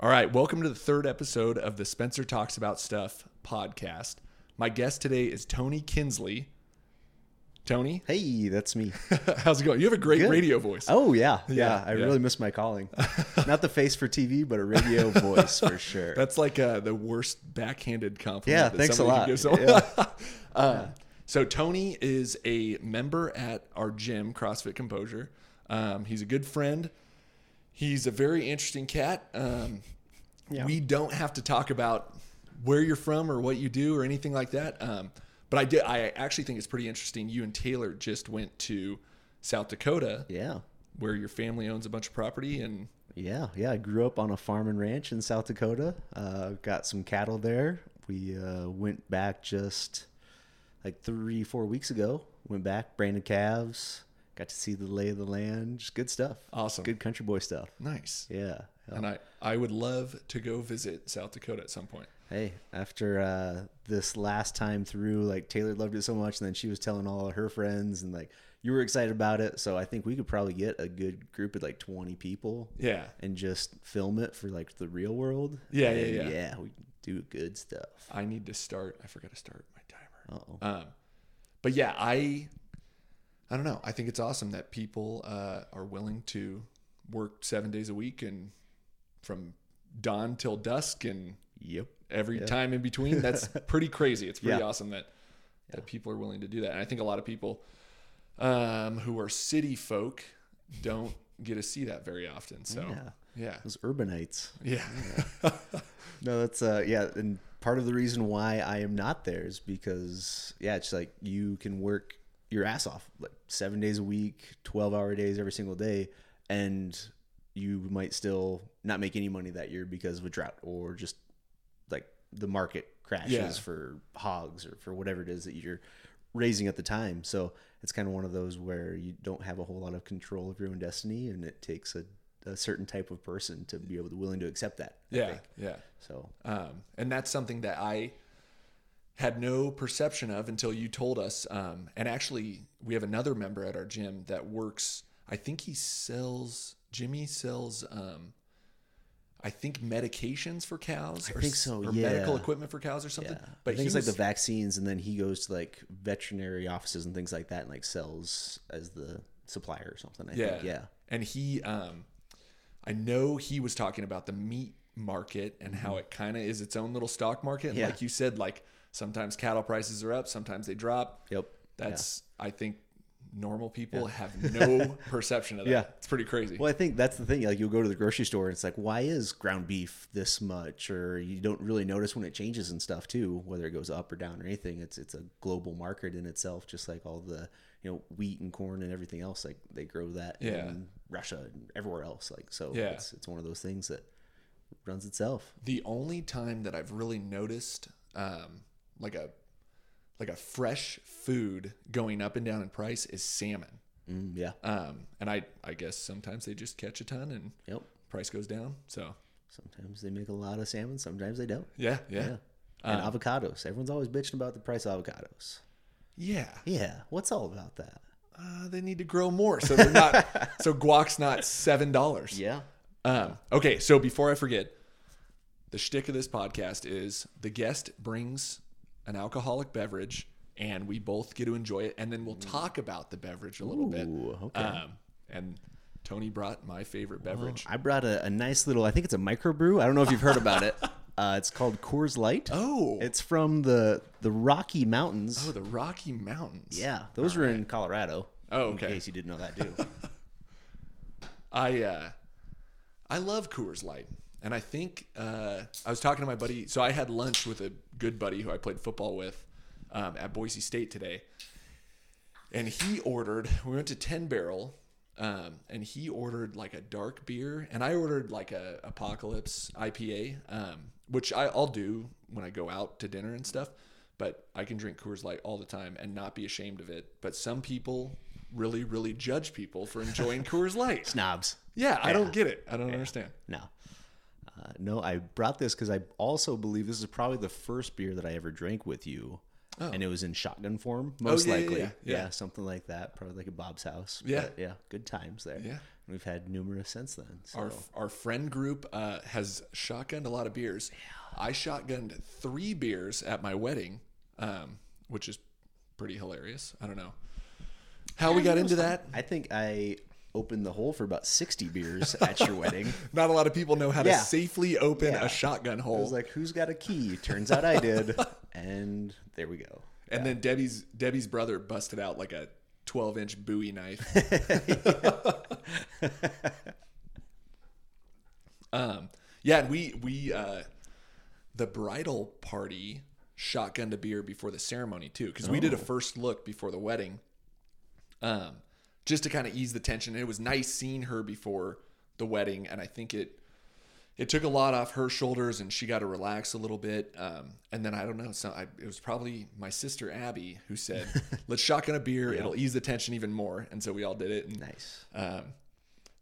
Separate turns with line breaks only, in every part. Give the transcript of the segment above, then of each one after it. All right, welcome to the third episode of the Spencer Talks About Stuff podcast. My guest today is Tony Kinsley. Tony,
Hey, that's me.
how's it going? You have a great
Good.
radio voice.
Oh yeah, yeah.
Yeah,
I
yeah.
really miss my calling. Not the face for TV, but a radio voice for sure.
That's like uh, the worst backhanded compliment.
Yeah,
that
thanks a
somebody
lot.
can give someone. Uh, So Tony is a member at our gym, CrossFit Composure. Um, he's a good friend. He's a very interesting cat. Um,
Yeah.
We don't have to talk about where you're from or what you do or anything like that. Um, but I did. I actually think it's pretty interesting. You and Taylor just went to South Dakota,
yeah,
where your family owns a bunch of property, and
yeah, yeah. I grew up on a farm and ranch in South Dakota. Uh, got some cattle there. We uh, went back just like three, four weeks ago. Went back, branded calves. Got to see the lay of the land. Just good stuff.
Awesome.
Good country boy stuff.
nice.
Yeah.
And I, I would love to go visit South Dakota at some point.
Hey, after uh, this last time through, like Taylor loved it so much, and then she was telling all of her friends, and like you were excited about it. So I think we could probably get a good group of like twenty people
Yeah.
and just film it for like the real world.
Yeah,
And,
yeah, yeah.
yeah. We can do good stuff.
I need to start. I forgot to start my timer.
Uh-oh.
Um, but yeah, I, I don't know. I think it's awesome that people uh, are willing to work seven days a week and from dawn till dusk and
Yep.
every time in between. That's pretty crazy. It's pretty
Yeah.
awesome that that people are willing to do that. And I think a lot of people um, who are city folk don't get to see that very often. So
Yeah.
yeah,
Those urbanites.
yeah.
No, that's uh yeah, and part of the reason why I am not there is because yeah, it's like you can work your ass off like seven days a week, twelve hour days every single day, and you might still not make any money that year because of a drought or just like the market crashes
Yeah.
for hogs or for whatever it is that you're raising at the time. So it's kind of one of those where you don't have a whole lot of control of your own destiny, and it takes a, a certain type of person to be able to willing to accept that. I
yeah,
think.
yeah.
So
Um, and that's something that I had no perception of until you told us. Um, and actually, we have another member at our gym that works. I think he sells. Jimmy sells. Um, I think medications for cows. Or,
think
s-
so,
Or medical
yeah.
equipment for cows or something.
But
But he
things like
was,
the vaccines, and then he goes to like veterinary offices and things like that, and like sells as the supplier or something. I
yeah,
think. yeah,
And he, um, I know he was talking about the meat market and how it kind of is its own little stock market. And
Mm-hmm. Yeah.
Like you said, like sometimes cattle prices are up, sometimes they drop.
yep.
That's I think normal people have no perception of that.
Yeah.
It's pretty crazy.
Well, I think that's the thing. Like, you'll go to the grocery store, and it's like, why is ground beef this much? Or you don't really notice when it changes and stuff too, whether it goes up or down or anything. It's it's a global market in itself, just like all the you know wheat and corn and everything else. Like they grow that
Yeah.
in Russia and everywhere else. Like so,
Yeah.
it's it's one of those things that runs itself.
The only time that I've really noticed um, like a like a fresh food going up and down in price is salmon.
Mm, yeah.
Um, and I I guess sometimes they just catch a ton and
Yep.
price goes down. So
Sometimes they make a lot of salmon, sometimes they don't.
yeah, yeah.
Yeah. And
Uh.
avocados. Everyone's always bitching about the price of avocados.
Yeah,
Yeah. What's all about that?
uh, they need to grow more, so they're not. so guac's not seven dollars.
Yeah.
Um, okay, so before I forget, the shtick of this podcast is the guest brings an alcoholic beverage, and we both get to enjoy it, and then we'll talk about the beverage a little bit.
Mm. Ooh, okay.
Um, and Tony brought my favorite beverage.
I brought a, a nice little, I think it's a microbrew. I don't know if you've heard about it. Uh, it's called Coors Light.
Oh,
It's from the, the Rocky Mountains.
oh, the Rocky Mountains.
yeah. Those were in Colorado.
Oh,
In
okay.
case you didn't know that, too.
I uh, I love Coors Light, and I think uh, I was talking to my buddy. So I had lunch with a good buddy who I played football with um, at Boise State today, and he ordered. We went to Ten Barrel, um, and he ordered like a dark beer, and I ordered like a Apocalypse IPA, um, which I, I'll do when I go out to dinner and stuff. But I can drink Coors Light all the time and not be ashamed of it. But some people really, really judge people for enjoying Coors Light.
Snobs.
Yeah, I don't get it. I don't understand.
No. Uh, no, I brought this because I also believe this is probably the first beer that I ever drank with you.
Oh.
and it was in shotgun form, most
yeah, yeah,
likely.
yeah, yeah.
something like that. Probably like at Bob's house.
Yeah.
But yeah, good times there.
Yeah.
And we've had numerous since then. So.
Our our friend group uh, has shotgunned a lot of beers. I shotgunned three beers at my wedding, um, which is pretty hilarious. I don't know how we got into that.
I think I opened the hole for about sixty beers at your wedding.
Not a lot of people know how to
Yeah.
safely open
Yeah.
a shotgun
I
hole.
was like, "Who's got a key?" Turns out I did, and there we go.
and then Debbie's Debbie's brother busted out like a 12 inch Bowie knife. um, yeah, and we we uh, the bridal party shotgunned a beer before the ceremony too, because we did a first look before the wedding, um, just to kind of ease the tension. And it was nice seeing her before the wedding, and I think it it took a lot off her shoulders and she got to relax a little bit. Um, and then I don't know, so I, it was probably my sister Abby who said, "Let's shotgun a beer. It'll ease the tension even more." And so we all did it. And
Nice.
um,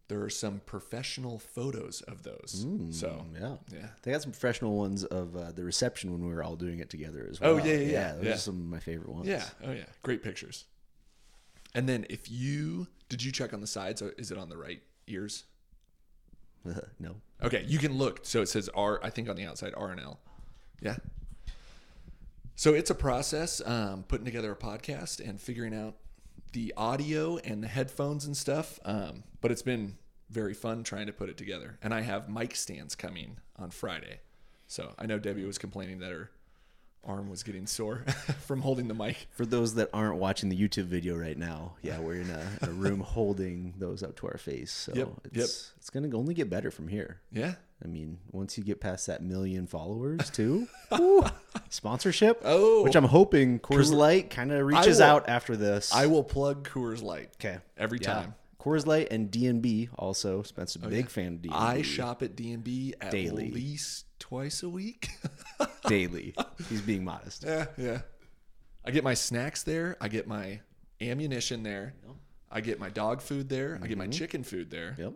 there are some professional photos of those. so
Yeah.
yeah,
They got some professional ones of uh, the reception when we were all doing it together as well.
Oh, yeah, yeah, yeah,
those
yeah.
are some of my favorite ones.
yeah, oh yeah, great pictures. And then if you did you check on the sides? Or is it on the right ears?
no.
Okay, you can look. So it says R, I think on the outside, R and L. Yeah. So it's a process um, putting together a podcast and figuring out the audio and the headphones and stuff. Um, but it's been very fun trying to put it together. And I have mic stands coming on Friday. So I know Debbie was complaining that her arm was getting sore from holding the mic.
For those that aren't watching the YouTube video right now, yeah, we're in a, a room holding those up to our face. So
Yep, yep.
it's it's gonna only get better from here.
Yeah.
I mean, once you get past that million followers, too, woo, sponsorship.
Oh.
which I'm hoping Coors Light kind of reaches
will-
out after this.
I will plug Coors Light.
okay
Every
Yeah.
time. Oh,
Coors Light and DNB also. Spencer's a big fan of DNB.
I shop at D&B at
Daily.
least twice a week.
daily. He's being modest.
Yeah, yeah. I get my snacks there. I get my ammunition there. I get my dog food there. I
Mm-hmm.
get my chicken food there.
Yep.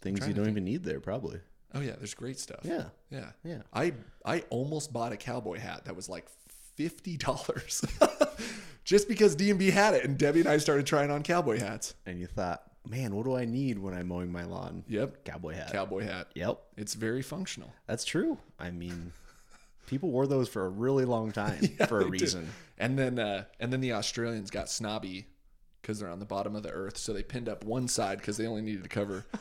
Things you don't even need there, probably.
Oh yeah, there's great stuff.
Yeah.
yeah,
Yeah.
I I almost bought a cowboy hat that was like fifty dollars, just because D and B had it, and Debbie and I started trying on cowboy hats.
And you thought, man, what do I need when I'm mowing my lawn?
Yep,
Cowboy hat.
cowboy hat.
Yep.
It's very functional.
That's true. I mean, people wore those for a really long time for
They
a
do.
reason.
And then uh, and then the Australians got snobby because they're on the bottom of the earth, so they pinned up one side because they only needed to cover.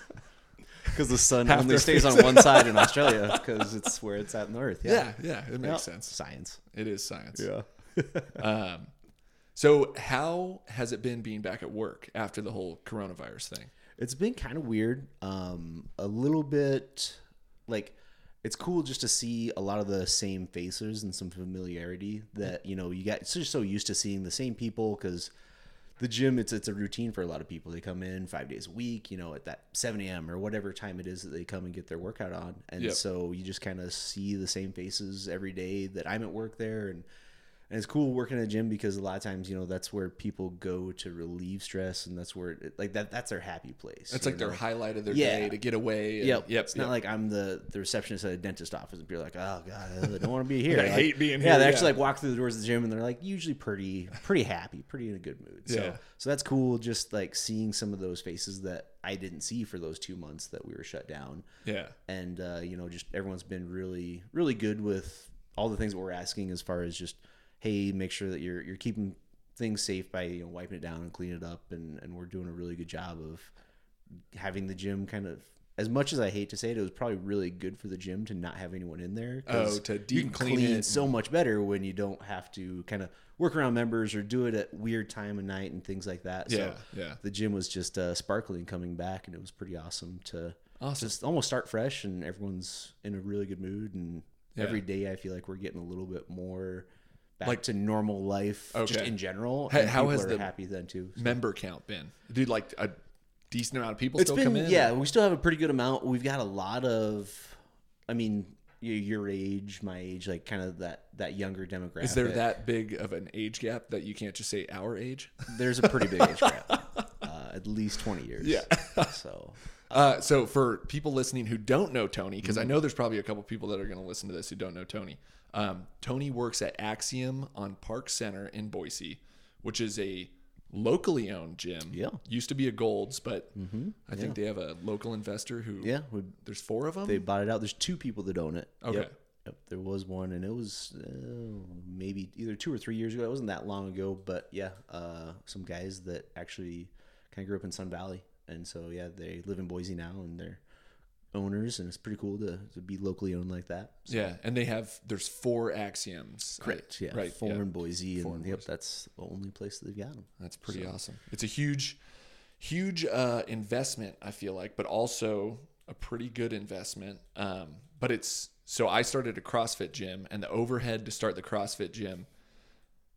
Because the sun
Half
only
their
stays on one side in Australia because it's where it's at in the earth. Yeah.
yeah, yeah, it
Yep.
makes sense.
Science.
It is science.
Yeah.
Um, so how has it been being back at work after the whole coronavirus thing?
It's been kind of weird. Um, a little bit like it's cool just to see a lot of the same faces and some familiarity that you know you got it's just so used to seeing the same people because the gym it's it's a routine for a lot of people. They come in five days a week, you know, at that seven a.m. or whatever time it is that they come and get their workout on, and
Yep.
so you just kind of see the same faces every day that I'm at work there and. And it's cool working at a gym because a lot of times, you know, that's where people go to relieve stress, and that's where, it, like, that that's their happy place.
It's
you
like their
know?
highlight of their
Yeah.
day to get away. and-
Yep.
Yep.
It's not
yep.
like I'm the, the receptionist at a dentist office and people are like, oh god, I don't want to be here.
I
Like,
hate being
Yeah,
here,
they
yeah.
actually like walk through the doors of the gym and they're like usually pretty pretty happy, pretty in a good mood. So
Yeah.
so that's cool. Just like seeing some of those faces that I didn't see for those two months that we were shut down,
yeah.
and uh, you know, just everyone's been really really good with all the things that we're asking as far as just hey, make sure that you're you're keeping things safe by you know wiping it down and cleaning it up, and and we're doing a really good job of having the gym kind of as much as I hate to say it, it was probably really good for the gym to not have anyone in there. 'cause
Oh, to
you
deep
can
clean it.
so much better when you don't have to kind of work around members or do it at weird time of night and things like that.
Yeah,
so
yeah.
the gym was just uh, sparkling coming back, and it was pretty awesome to
Awesome.
just almost start fresh. And everyone's in a really good mood. And
Yeah.
every day, I feel like we're getting a little bit more back
Like-
to normal life, just
Okay.
in general.
Hey,
and
how
people
has
are
the-
happy then too?
Member count been? Dude, like a decent amount of people
It's
still
been
come in.
yeah we still have a pretty good amount we've got a lot of i mean y- your age my age like kind of that that younger demographic
Is there that big of an age gap that you can't just say our age?
there's a pretty big age gap uh, at least 20 years
Yeah.
so
Uh, so for people listening who don't know Tony, because
Mm-hmm.
I know there's probably a couple people that are going to listen to this who don't know Tony. Um, Tony works at Axiom on Park Center in Boise, which is a locally owned gym.
Yeah. Mm-hmm.
used to be a Gold's, but I think they have a local investor who.
Yeah, we,
there's four of them.
they bought it out. There's two people that own it.
Okay.
Yep. Yep, There was one, and it was uh, maybe either two or three years ago. It wasn't that long ago, but yeah, uh, some guys that actually kind of grew up in Sun Valley, and so yeah, they live in Boise now, and they're owners, and it's pretty cool to, to be locally owned like that. So,
yeah, and they have there's four axioms. Correct.
yeah,
Right.
Four
yeah.
in Boise, and yep, that's the only place that they've got 'em.
That's pretty awesome. It's a huge, huge uh, investment, I feel like, but also a pretty good investment. Um, but it's so I started a CrossFit gym, and the overhead to start the CrossFit gym,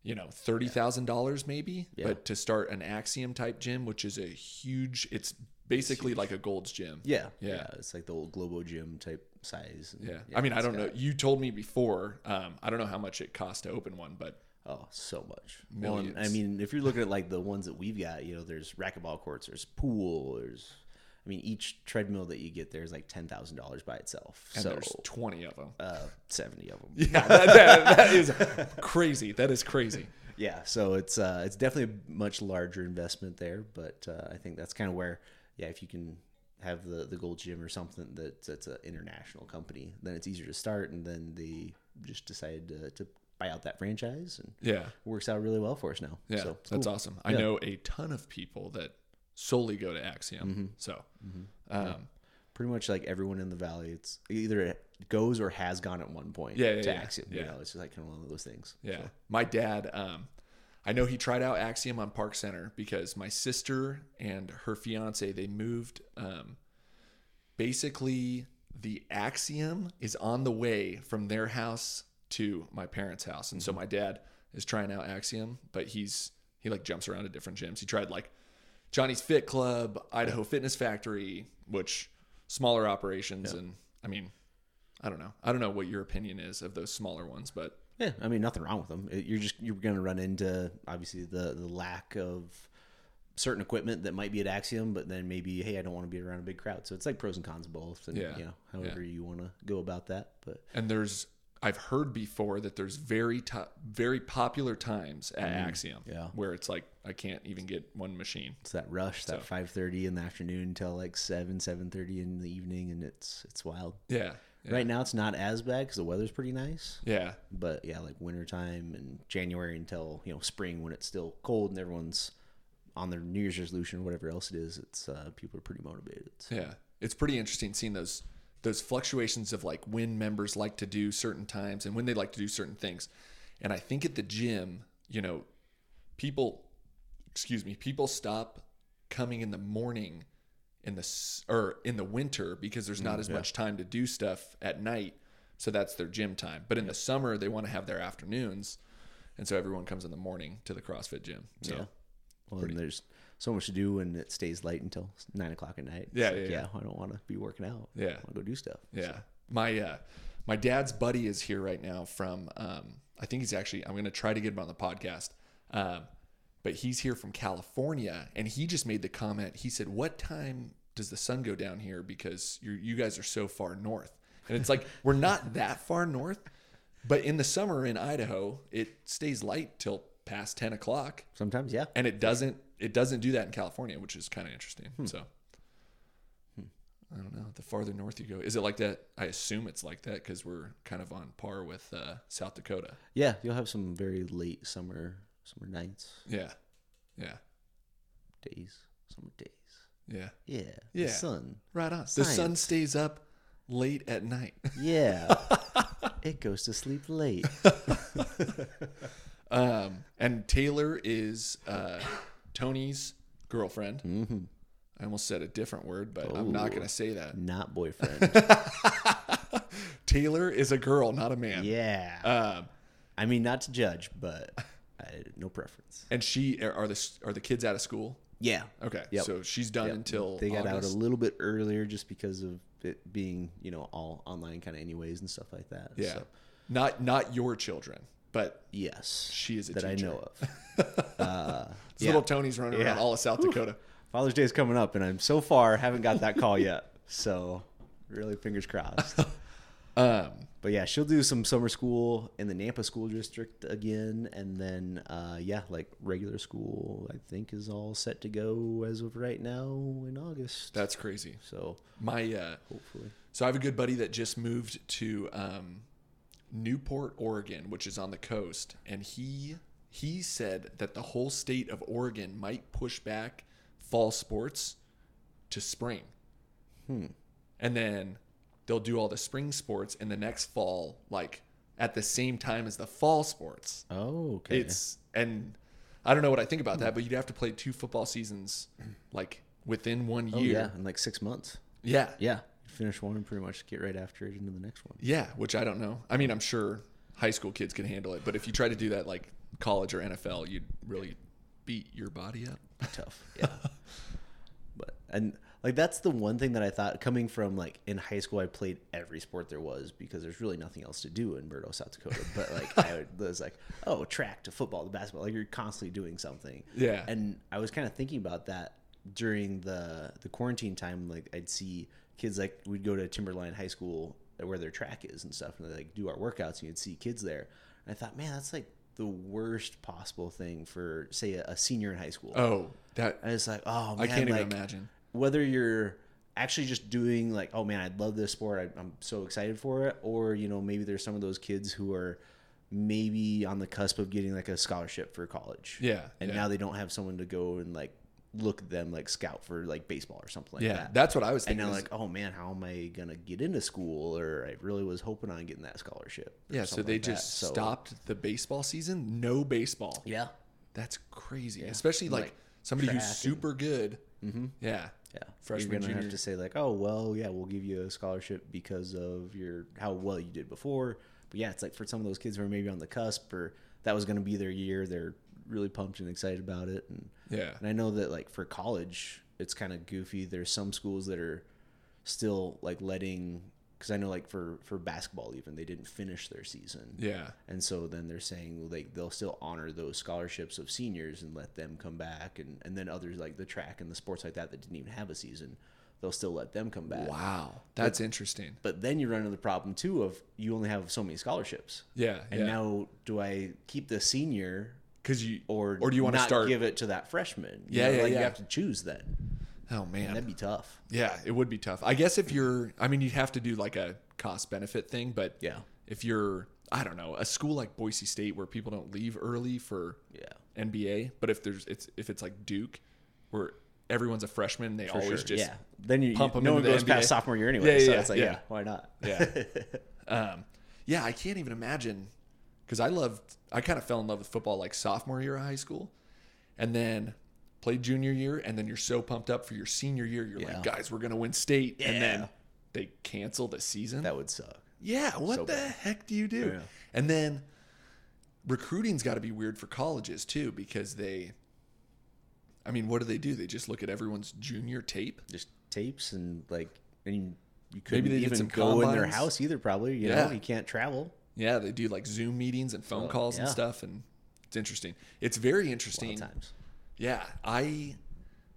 you know, thirty thousand dollars maybe. But to start an Axiom type gym, which is a huge, it's basically like a Gold's gym.
Yeah,
Yeah.
It's like the old Globo Gym type size. and-
Yeah. I mean, I
it's
don't
got-
know. You told me before. Um, I don't know how much it cost to open one, but
Oh, so much.
Millions.
Well, and I mean, if you're looking at like the ones that we've got, you know, there's racquetball courts, there's pool, there's, I mean, each treadmill that you get there is like ten thousand dollars by itself.
and
so
there's twenty of them.
uh, seventy of them.
Yeah, that- that- that is crazy. That is crazy.
Yeah, so it's uh, it's definitely a much larger investment there, but uh, I think that's kind of where, yeah, if you can have the the Gold Gym or something that that's an international company, then it's easier to start, and then they just decided to, to buy out that franchise, and
Yeah.
it works out really well for us now.
Yeah,
so it's
that's
cool.
awesome. I know a ton of people that solely go to Axiom.
Mm-hmm.
So, Um,
pretty much like everyone in the valley it's either it goes or has gone at one point
Yeah, yeah,
to
yeah,
Axiom,
yeah.
you know it's just like kind of one of those things
yeah, my dad. Um, I know he tried out Axiom on Park Center because my sister and her fiance they moved. Um, basically, the Axiom is on the way from their house to my parents' house, and so my dad is trying out Axiom, but he's he like jumps around to different gyms. He tried like Johnny's Fit Club, Idaho Fitness Factory, which smaller operations and I mean, I don't know. I don't know what your opinion is of those smaller ones, but
yeah i mean nothing wrong with them It- you're just you're gonna run into obviously the the lack of certain equipment that might be at axiom but then maybe hey i don't want to be around a big crowd so it's like pros and cons of both and
Yeah,
you know however you want to go about that but
and there's I've heard before that there's very to very popular times at Axiom
Mm. yeah.
where it's like I can't even get one machine.
it's that rush that 5.30 in the afternoon till like 7 7.30 in the evening and it's it's wild
Yeah. Yeah.
right now it's not as bad because the weather's pretty nice
Yeah.
but yeah, like wintertime and January until you know spring when it's still cold and everyone's on their New Year's resolution or whatever else it is. It's uh, people are pretty motivated. So,
Yeah. It's pretty interesting seeing those those fluctuations of like when members like to do certain times and when they like to do certain things. And I think at the gym, you know, people excuse me, people stop coming in the morning in the s- or in the winter because there's not as much time to do stuff at night. So that's their gym time. But in the summer they want to have their afternoons. And so everyone comes in the morning to the CrossFit gym. So
Yeah. well, and there's so much to do and it stays light until nine o'clock at night. It's
Yeah,
like,
yeah, yeah.
I don't want to be working out.
Yeah.
I want to go do stuff.
Yeah. My uh my dad's buddy is here right now from um I think he's actually I'm gonna try to get him on the podcast. Um but he's here from California and he just made the comment. He said, What time does the sun go down here? Because you you guys are so far north. And it's like we're not that far north, but in the summer in Idaho, it stays light till past ten o'clock.
Sometimes, yeah.
And it doesn't it doesn't do that in California, which is kind of interesting. So Hmm. I don't know. The farther north you go, is it like that? I assume it's like that because we're kind of on par with uh, South Dakota.
Yeah, you'll have some very late summer summer nights,
Yeah, yeah,
days, summer days.
yeah.
Yeah.
Yeah.
The sun.
Right on. The sun
Science.
stays up late at night.
Yeah. it goes to sleep late.
Um, and Taylor is uh, Tony's girlfriend. I almost said a different word, but I'm not going to say that.
Not boyfriend.
Taylor is a girl, not a man.
Yeah.
Um,
I mean, not to judge, but I, no preference.
and she are the are the kids out of school?
Yeah.
Okay,
Yep.
so she's done until
They got out
August.
a little bit earlier just because of it being, you know, all online kind of anyways and stuff like that.
Yeah.
So,
Not not your children, but
yes.
she is a
that I
ginger.
know of. uh,
It's
yeah.
Little Tony's running
Yeah.
around all of South Dakota.
Father's Day is coming up, and I'm so far haven't got that call yet. So really, fingers crossed.
Um,
But yeah, she'll do some summer school in the Nampa school district again, and then uh, yeah, like regular school, I think is all set to go as of right now in August.
that's crazy.
so
My uh,
hopefully,
So I have a good buddy that just moved to um, Newport, Oregon, which is on the coast, and he he said that the whole state of Oregon might push back fall sports to spring,
Hmm.
and then they'll do all the spring sports in the next fall, like at the same time as the fall sports.
oh okay, Hmm.
It's and I don't know what I think about that, but you'd have to play two football seasons like within one
oh, yeah,
year.
in like six months.
yeah.
Yeah, finish one and pretty much get right after it into the next one.
Yeah, which I don't know. I mean, I'm sure high school kids can handle it, but if you try to do that like college or NFL, you'd really beat your body up.
tough. Yeah. but and like that's the one thing that I thought coming from like in high school I played every sport there was because there's really nothing else to do in Murdo, South Dakota. But like I would, was like, oh, track to football to basketball. Like you're constantly doing something.
Yeah.
And I was kind of thinking about that during the the quarantine time. Like I'd see kids like we'd go to Timberline High School where their track is and stuff, and they like do our workouts, and you'd see kids there. And I thought, man, that's like the worst possible thing for say a, a senior in high school.
Oh, that
And it's like, oh man,
I can't
like,
even imagine.
Whether you're actually just doing like, oh man, I love this sport, I, I'm so excited for it, or you know, maybe there's some of those kids who are maybe on the cusp of getting like a scholarship for college.
Yeah,
and
yeah.
now they don't have someone to go and like look at them like scout for like baseball or something like
Yeah,
that.
that's what I was
and
thinking.
now
is-
like, oh man, how am I gonna get into school? Or I really was hoping on getting that scholarship. or
yeah, so
something
they
like that.
just
So-
stopped the baseball season. No baseball.
Yeah,
That's crazy, especially like,
like,
somebody who's
track and-
super good. Mm-hmm. Yeah,
Yeah.
Freshman,
You're gonna
junior.
have to say like, oh well, yeah, we'll give you a scholarship because of your how well you did before. But yeah, it's like for some of those kids who are maybe on the cusp or that was gonna be their year, they're really pumped and excited about it. And
Yeah.
And I know that like for college, it's kind of goofy. There's some schools that are still like letting because I know like for for basketball even they didn't finish their season.
yeah,
And so then they're saying well, they they'll still honor those scholarships of seniors and let them come back, and and then others like the track and the sports like that that didn't even have a season, they'll still let them come back.
Wow, that's interesting.
But then you run into the problem too of you only have so many scholarships,
Yeah,
and
yeah.
now do I keep the senior
because you
or
or do you want to
not
start?
give it to that freshman? You
Yeah, yeah,
like
yeah.
You have to choose then.
oh man,
That'd be tough.
Yeah, it would be tough. I guess if you're, I mean, you'd have to do like a cost benefit thing, but
Yeah.
if you're, I don't know, a school like Boise State where people don't leave early for
Yeah.
NBA, but if there's, it's if it's like Duke, where everyone's a freshman, they
For
always
sure.
just,
yeah. Then you,
pump 'em
no one
into the
goes
NBA.
past sophomore year anyway,
Yeah, yeah,
so
yeah,
it's like
yeah.
yeah, why not?
yeah, um, yeah. I can't even imagine because I loved, I kind of fell in love with football like sophomore year of high school, and then played junior year, and then you're so pumped up for your senior year, you're
Yeah.
like, guys, we're gonna win state, and
Yeah.
then they cancel the season.
that would suck.
Yeah, what
So
the
bad.
heck do you do?
Yeah.
And then recruiting's got to be weird for colleges too because they I mean, what do they do? They just look at everyone's junior tape?
just tapes and like and you couldn't
they did
even
some
go in their
combines.
house either probably you
Yeah.
know you can't travel
Yeah, they do like Zoom meetings and phone
Oh,
calls and
yeah.
stuff and it's interesting. It's very
a lot
interesting.
of times
Yeah, I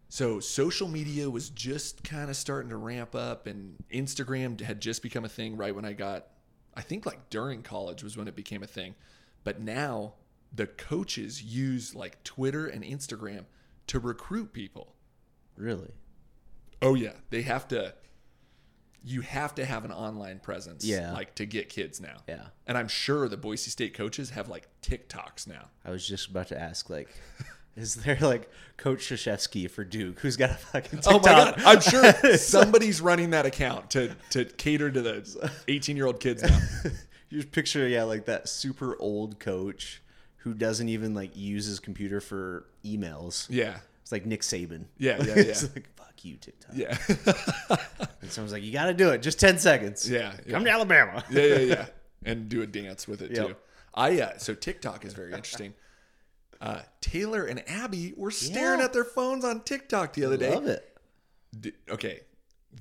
so social media was just kind of starting to ramp up and Instagram had just become a thing right when I got I think like during college was when it became a thing. But now the coaches use like Twitter and Instagram to recruit people.
really
Oh yeah, they have to you have to have an online presence
Yeah.
like to get kids now.
yeah
And I'm sure the Boise State coaches have like TikToks now.
i was just about to ask like is there like coach sheshewski for duke who's got a fucking TikTok?
Oh my god! I'm sure somebody's running that account to to cater to the 18 year old kids now.
you just picture yeah like that super old coach who doesn't even like use his computer for emails
Yeah,
it's like nick saban
Yeah, yeah,
it's
yeah.
like fuck you tiktok
yeah,
and someone's like you gotta do it just 10 seconds
yeah, yeah,
come to alabama
yeah, yeah, yeah. And do a dance with it
Yep.
too. I uh, so TikTok is very interesting. Uh, Taylor and Abby were staring
Yeah.
at their phones on TikTok the other day.
love it
D- okay,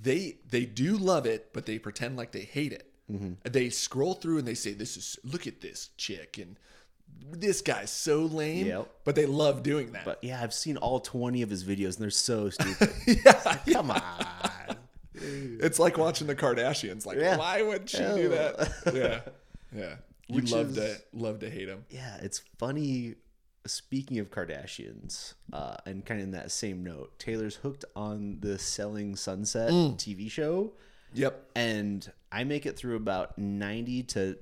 they they do love it, but they
Mm-hmm.
pretend like they hate it. They scroll through and they say, "This is look at this chick," and this guy's so lame.
Yep.
But they love doing that.
But yeah, I've seen all 20 of his videos and they're so stupid.
yeah,
Come on.
it's like watching the Kardashians. Like,
Yeah.
why would she do that? Yeah, yeah. We
Which
love to
is-
love to hate him.
Yeah, it's funny. Speaking of Kardashians, uh, and kind of in that same note, Taylor's hooked on the Selling Sunset
Mm.
TV show,
Yep.
and I make it through about 90 to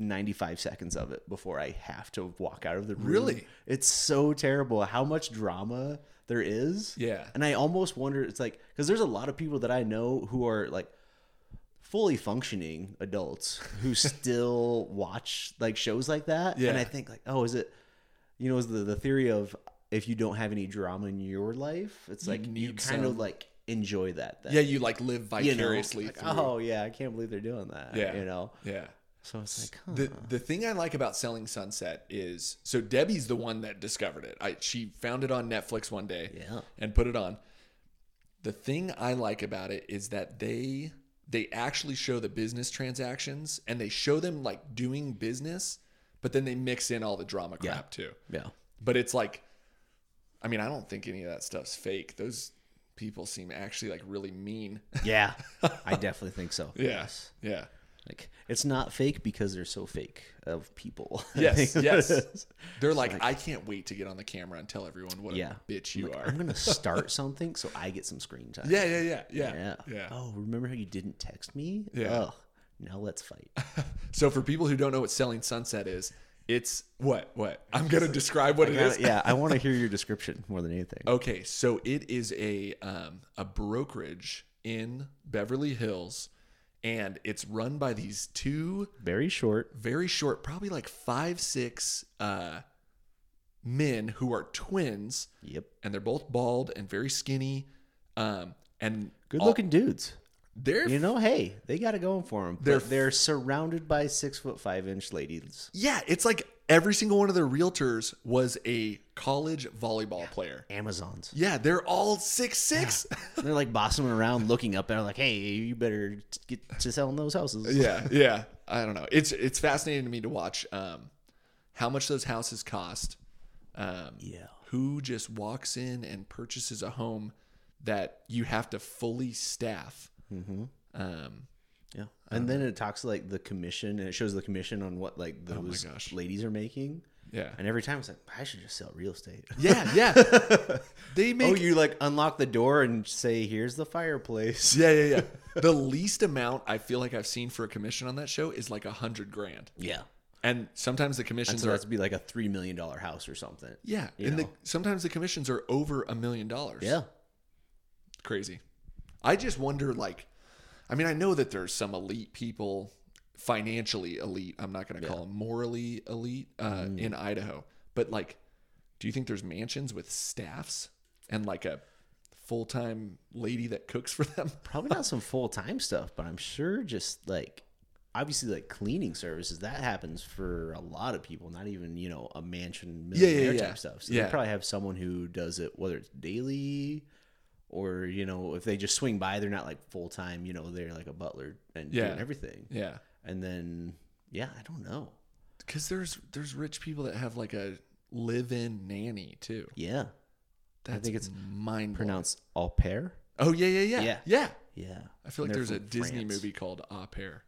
95 seconds of it before I have to walk out of the room.
Really?
It's so terrible how much drama there is.
Yeah.
And I almost wonder, it's like, because there's a lot of people that I know who are like fully functioning adults who still watch like shows like that.
Yeah.
And I think, like, oh, is it, you know, is the, the theory of if you don't have any drama in your life, it's like you
need
kind
some.
of like enjoy that then.
Yeah, you like live
You know?
vicariously
Like,
through.
oh, yeah, I can't believe they're doing that.
Yeah.
You know?
Yeah.
So it's like, huh.
The the thing I like about Selling Sunset is so Debbie's the one that discovered it. I she found it on Netflix one day
Yeah.
and put it on. The thing I like about it is that they they actually show the business transactions and they show them like doing business, but then they mix in all the drama crap too.
yeah.
But it's like I mean, I don't think any of that stuff's fake. Those people seem actually like really mean.
Yeah. I definitely think so.
Yes. yeah.
Like it's not fake because they're so fake of people. I
Yes,
think
yes.
that is.
They're like, I can't wait to get on the camera and tell everyone what
Yeah. oh
a bitch you are.
I'm gonna start something so I get some screen time.
Yeah, yeah, yeah, yeah,
Yeah. Oh, remember how you didn't text me?
Yeah.
Ugh, now let's fight.
So for people who don't know what selling sunset is, it's what? What? I'm gonna describe what it is. Oh.
yeah, I want to hear your description more than anything.
Okay, so it is a um, a brokerage in Beverly Hills, and it's run by these two
Very short.
very short, probably like five six uh, men who are twins,
Yep.
and they're both bald and very skinny, um, and
Good
all-
looking dudes.
They're
You know, hey, they got it going for them.
They're
They're they're surrounded by six foot five inch ladies
Yeah, it's like every single one of their realtors was a college volleyball player.
Amazons.
Yeah, they're all six six.
They're like bossing around, looking up, and they're like, "Hey, you better t- get to selling those houses."
Yeah, yeah. I don't know. It's it's fascinating to me to watch um, how much those houses cost. Um,
Yeah.
Who just walks in and purchases a home that you have to fully staff? Mm-hmm. Um,
Yeah. And then it talks like the commission and it shows the commission on what like those
Oh gosh.
ladies are making.
yeah.
And every time it's like, I should just sell real estate.
Yeah, yeah. they make
oh, you like unlock the door and say, here's the fireplace.
Yeah, yeah, yeah. the least amount I feel like I've seen for a commission on that show is like a hundred grand.
Yeah.
And sometimes the commissions
So
are
that's be like a $3 million house or something.
Yeah,
you
and the,
know?
sometimes the commissions are over a million dollars.
Yeah.
crazy. I just wonder, like, I mean, I know that there's some elite people, financially elite. I'm not going to call them morally elite uh, in Idaho, but like, do you think there's mansions with staffs and like a full time lady that cooks for them?
Probably not some full time stuff, but I'm sure just like, obviously like cleaning services, that happens for a lot of people, not even, you know, a mansion
Yeah, yeah,
millionaire
yeah.
type stuff. So
Yeah.
they probably have someone who does it, whether it's daily or, you know, if they just swing by, they're not like full time, you know, they're like a butler and
Yeah.
doing everything.
Yeah,
and then yeah, I don't know.
because there's there's rich people that have like a live in nanny too.
Yeah,
That's I think it's mind blowing.
pronounced au pair.
Oh yeah, yeah, yeah, yeah,
Yeah.
yeah.
Yeah,
I feel like
They're
there's a
from
Disney
France.
movie called Au Pair.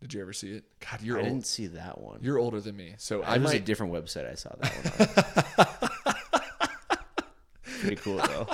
Did you ever see it? God, you're
I
old.
didn't see that one.
You're older than me, so I
it was a
might.
different website. I saw that one. on. Pretty cool though.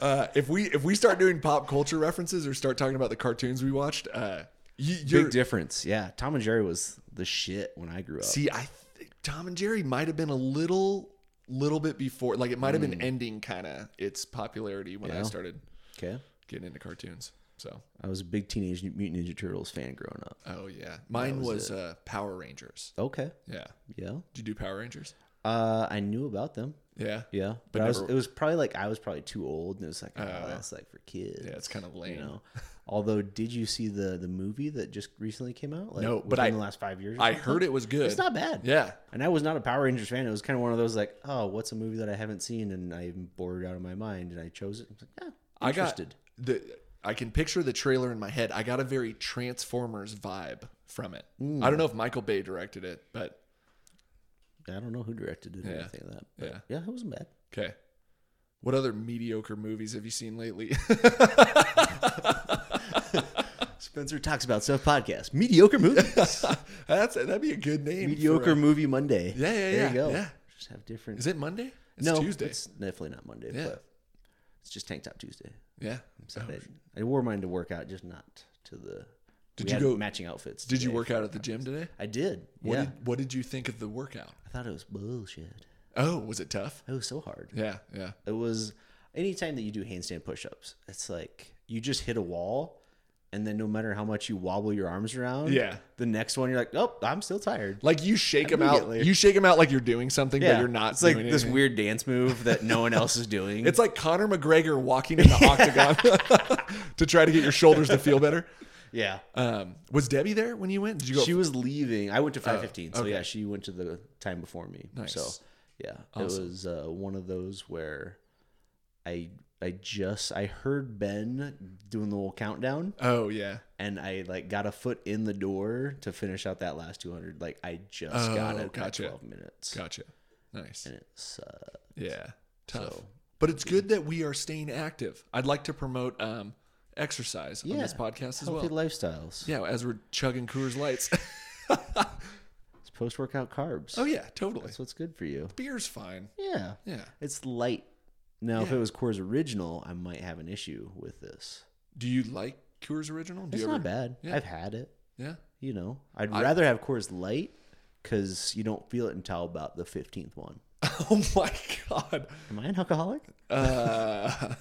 uh, if we if we start doing pop culture references or start talking about the cartoons we watched, uh, you, you're
Big difference. Yeah, Tom and Jerry was the shit when I grew up.
see, I th- Tom and Jerry might have been a little little bit before, like it might have been ending kind of its popularity when I
Hmm. Yeah.
started
okay,
getting into cartoons. So,
I was a big Teenage Mutant Ninja Turtles fan growing up.
oh yeah, mine was, uh, Power Rangers.
Okay,
Yeah,
yeah.
did you do Power Rangers?
Uh, I knew about them.
Yeah,
Yeah, but, I was, it was probably like I was probably too old, and it was like, oh, that's like for kids.
yeah, it's kind of lame.
you know. Although, did you see the the movie that just recently came out? Like,
No, but
within
I-
the last five years, or
I
something?
heard it was good.
it's not bad.
yeah,
and I was not a Power Rangers fan. It was kind of one of those like, oh, what's a movie that I haven't seen and I'm bored out of my mind, and I chose it. I was like, yeah,
I got
interested.
the. I can picture the trailer in my head.
Hmm.
I got a very Transformers vibe from it. I don't know if Michael Bay directed it, but
I don't know who directed it or
Yeah.
anything like that. But
Yeah.
yeah. it wasn't bad.
Okay. What other mediocre movies have you seen lately?
Spencer talks about stuff podcast. Mediocre movies.
That's that'd be a good name. for
Mediocre
a-
movie Monday.
Yeah, yeah,
There
yeah,
you go.
yeah.
Just have different.
Is it Monday? It's
no,
Tuesday.
It's definitely not Monday.
Yeah.
But it's just Tank Top Tuesday.
yeah.
So I, I wore mine to work out, just not to the.
Did
we
you
had
go-
matching outfits?
Did you
today.
work out at the gym today?
I did.
What
yeah.
did, what did you think of the workout?
I thought it was bullshit.
Oh, was it tough?
It was so hard.
Yeah, yeah.
It was anytime that you do handstand push-ups, it's like you just hit a wall, and then no matter how much you wobble your arms around,
Yeah.
the next one you're like, oh, I'm still tired.
Like you shake them out.
Immediately.
You shake them out like you're doing something, but you're not.
It's like
doing
this
anything.
weird dance move that no one else is doing.
It's like Conor McGregor walking in the octagon to try to get your shoulders to feel better.
yeah.
Um, was Debbie there when you went? Did you go? Oh,
She was leaving. I went to 5:15, so
okay.
yeah, she went to the time before me.
Nice.
So yeah, it was uh, one of those where I I just I heard Ben doing the little countdown,
oh yeah.
and I like got a foot in the door to finish out that last 200. Like I just got
Oh,
it
gotcha.
at 12 minutes,
Gotcha. Nice.
and it's uh,
Yeah. Tough.
So-
but it's good that we are staying active. I'd like to promote um, exercise on
Yeah.
this podcast as
healthy
well.
lifestyles.
Yeah, as we're chugging Coors Lights.
It's post workout carbs.
oh yeah, totally.
that's what's good for you.
Beer's fine.
Yeah,
Yeah.
it's light. Now, if
Yeah.
it was Coors Original, I might have an issue with this.
Do you like Coors Original? Do
It's
you
not bad.
Yeah.
I've had it.
Yeah.
You know, I'd
I-
rather have Coors Light because you don't feel it until about the fifteenth one.
Oh my god.
Am I an alcoholic?
Uh,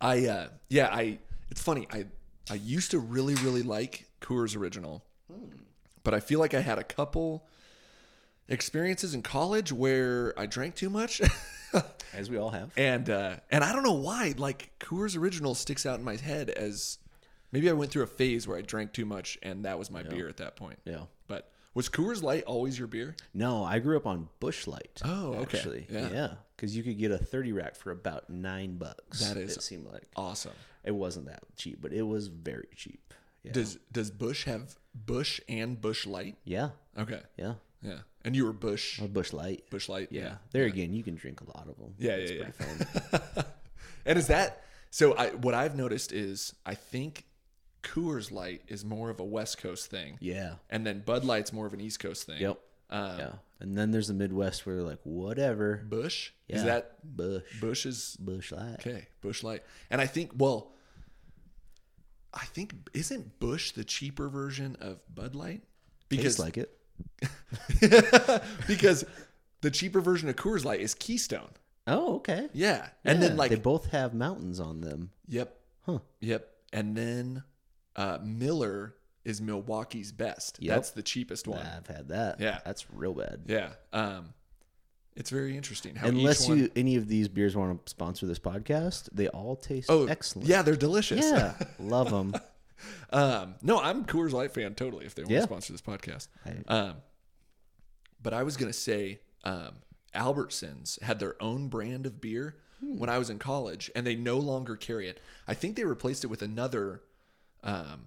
I uh, yeah, I it's funny. I I used to really really like Coors Original, but I feel like I had a couple experiences in college where I drank too much,
As we all have.
and uh, and I don't know why. Like Coors Original sticks out in my head as maybe I went through a phase where I drank too much, and that was my beer at that point.
Yeah.
But was Coors Light always your beer?
No, I grew up on Bush Light.
Oh, okay.
Actually,
Yeah.
yeah, because you could get a thirty rack for about nine bucks.
That is-
It seemed like
Awesome.
it wasn't that cheap, but it was very cheap. Yeah.
Does does Bush have Bush and Bush Light?
yeah.
Okay.
Yeah.
Yeah. And you were Bush
Or Bush Light.
Bush Light.
Yeah. There again, you can drink a lot of them.
Yeah,
It's
yeah, yeah.
pretty fun.
And is that so I what I've noticed is I think Coors Light is more of a West Coast thing.
yeah.
And then Bud Light's more of an East Coast thing.
Yep.
Um,
yeah. And then there's the Midwest where they're like, whatever.
Bush?
Yeah.
Is that
Bush.
Bush is
Bush Light.
okay, Bush Light. And I think well I think isn't Bush the cheaper version of Bud Light?
Tastes like it.
because the cheaper version of Coors Light is Keystone.
Oh, okay.
Yeah. And then
Yeah,
like
they both have mountains on them.
yep.
Huh.
Yep. And then uh Miller is Milwaukee's best.
Yep.
That's the cheapest one.
I've had that.
Yeah.
That's real bad.
Yeah. Um it's very interesting how each
Unless
one
you any of these beers want to sponsor this podcast, they all taste
Oh,
excellent.
Yeah, they're delicious.
Yeah. Love them.
Um no, I'm a Coors Light fan totally if they want
Yeah.
to sponsor this podcast.
I-
Um but I was going to say um Albertsons had their own brand of beer
Hmm.
when I was in college and they no longer carry it. I think they replaced it with another um,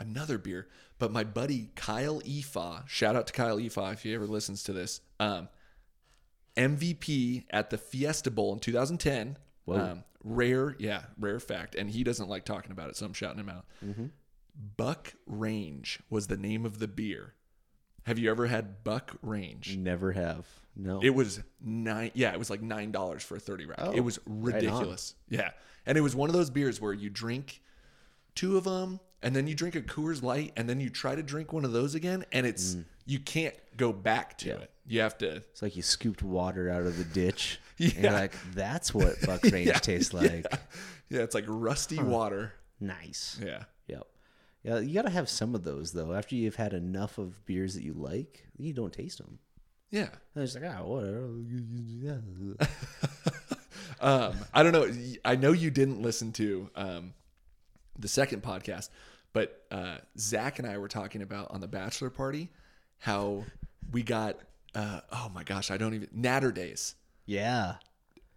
another beer. But my buddy Kyle Efa, shout out to Kyle Efa if he ever listens to this, um, MVP at the Fiesta Bowl in 2010. Um, rare, yeah, rare fact. And he doesn't like talking about it, so I'm shouting him out. Buck Range was the name of the beer. Have you ever had Buck Range?
Never have. No.
It was nine. Yeah, it was like nine dollars for a thirty rack. it was ridiculous. yeah, and it was one of those beers where you drink two of them, and then you drink a Coors Light, and then you try to drink one of those again, and it's you can't go back to it. You have to.
it's like you scooped water out of the ditch. And
Yeah.
you're like, that's what Buck Range tastes like.
Yeah, it's like rusty water.
Nice.
Yeah,
Yep. Yeah, you gotta have some of those though. After you've had enough of beers that you like, you don't taste them.
yeah.
And it's like, ah, whatever. Yeah.
Um, I don't know. I know you didn't listen to um, the second podcast, but uh, Zach and I were talking about on the bachelor party how we got. Uh, oh my gosh, I don't even Natter Days.
Yeah.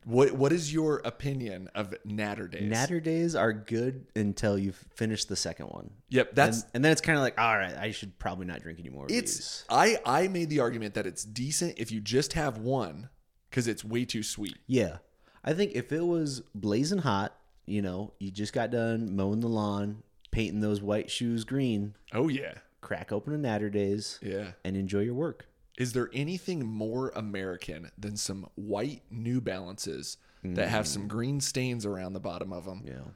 What What is your opinion of Natter Days?
Natter days are good until you finish the second one.
Yep, that's
and, and then it's kind of like, all right, I should probably not drink anymore. Of
it's.
these.
I I made the argument that it's decent if you just have one because it's way too sweet.
yeah. I think if it was blazing hot, you know, you just got done mowing the lawn, painting those white shoes green,
Oh yeah,
crack open a natter days,
yeah.
and enjoy your work.
Is there anything more American than some white New Balances that have some green stains around the bottom of them?
You know,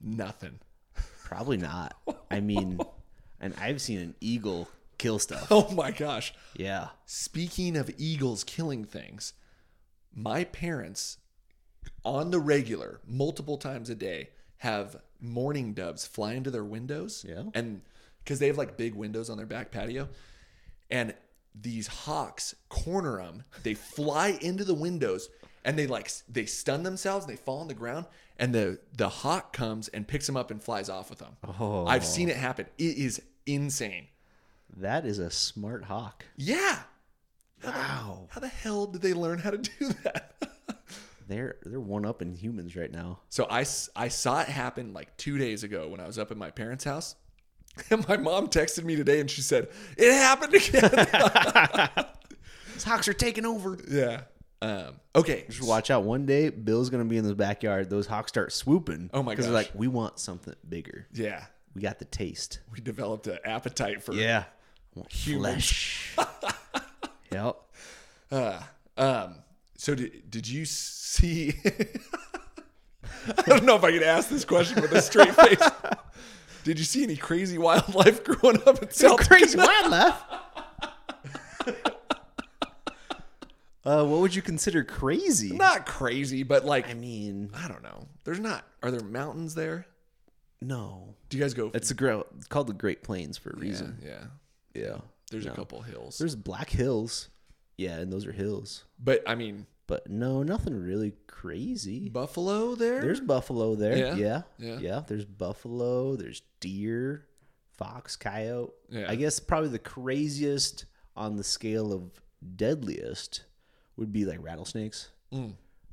Nothing.
probably not. I mean, and I've seen an eagle kill stuff.
Oh my gosh.
Yeah.
Speaking of eagles killing things, my parents on the regular, multiple times a day, have morning doves fly into their windows.
Yeah.
And because they have like big windows on their back patio. And these hawks corner them. They fly into the windows and they like s- they stun themselves and they fall on the ground and the the hawk comes and picks them up and flies off with them.
Oh.
I've seen it happen. It is insane.
That is a smart hawk.
Yeah.
Wow.
How the hell did they learn how to do that?
They're they're one up in humans right now.
so I, s- I saw it happen like two days ago when I was up at my parents' house. And my mom texted me today and she said, It happened again.
These hawks are taking over.
yeah. Um, okay.
Just watch out. One day, Bill's gonna be in the backyard. Those hawks start swooping.
Oh my
they're
gosh.
like, we want something bigger.
Yeah.
We got the taste.
We developed an appetite for
Yeah. I want flesh. yep.
Uh, um, so did, did you see? I don't know if I could ask this question with a straight face. did you see any crazy wildlife growing up in South
Crazy wildlife. uh, what would you consider crazy?
Not crazy, but like
I mean,
I don't know. There's not. Are there mountains there?
no.
Do you guys go?
It's a gro- It's called the Great Plains for a
yeah,
reason.
yeah.
Yeah.
There's a
No.
couple hills,
There's Black Hills. Yeah, and those are hills.
but I mean,
But no, nothing really crazy.
buffalo there.
There's buffalo there.
Yeah,
Yeah. Yeah.
yeah.
There's buffalo. There's deer, fox, coyote.
Yeah.
I guess probably the craziest on the scale of deadliest would be like rattlesnakes.
Mm.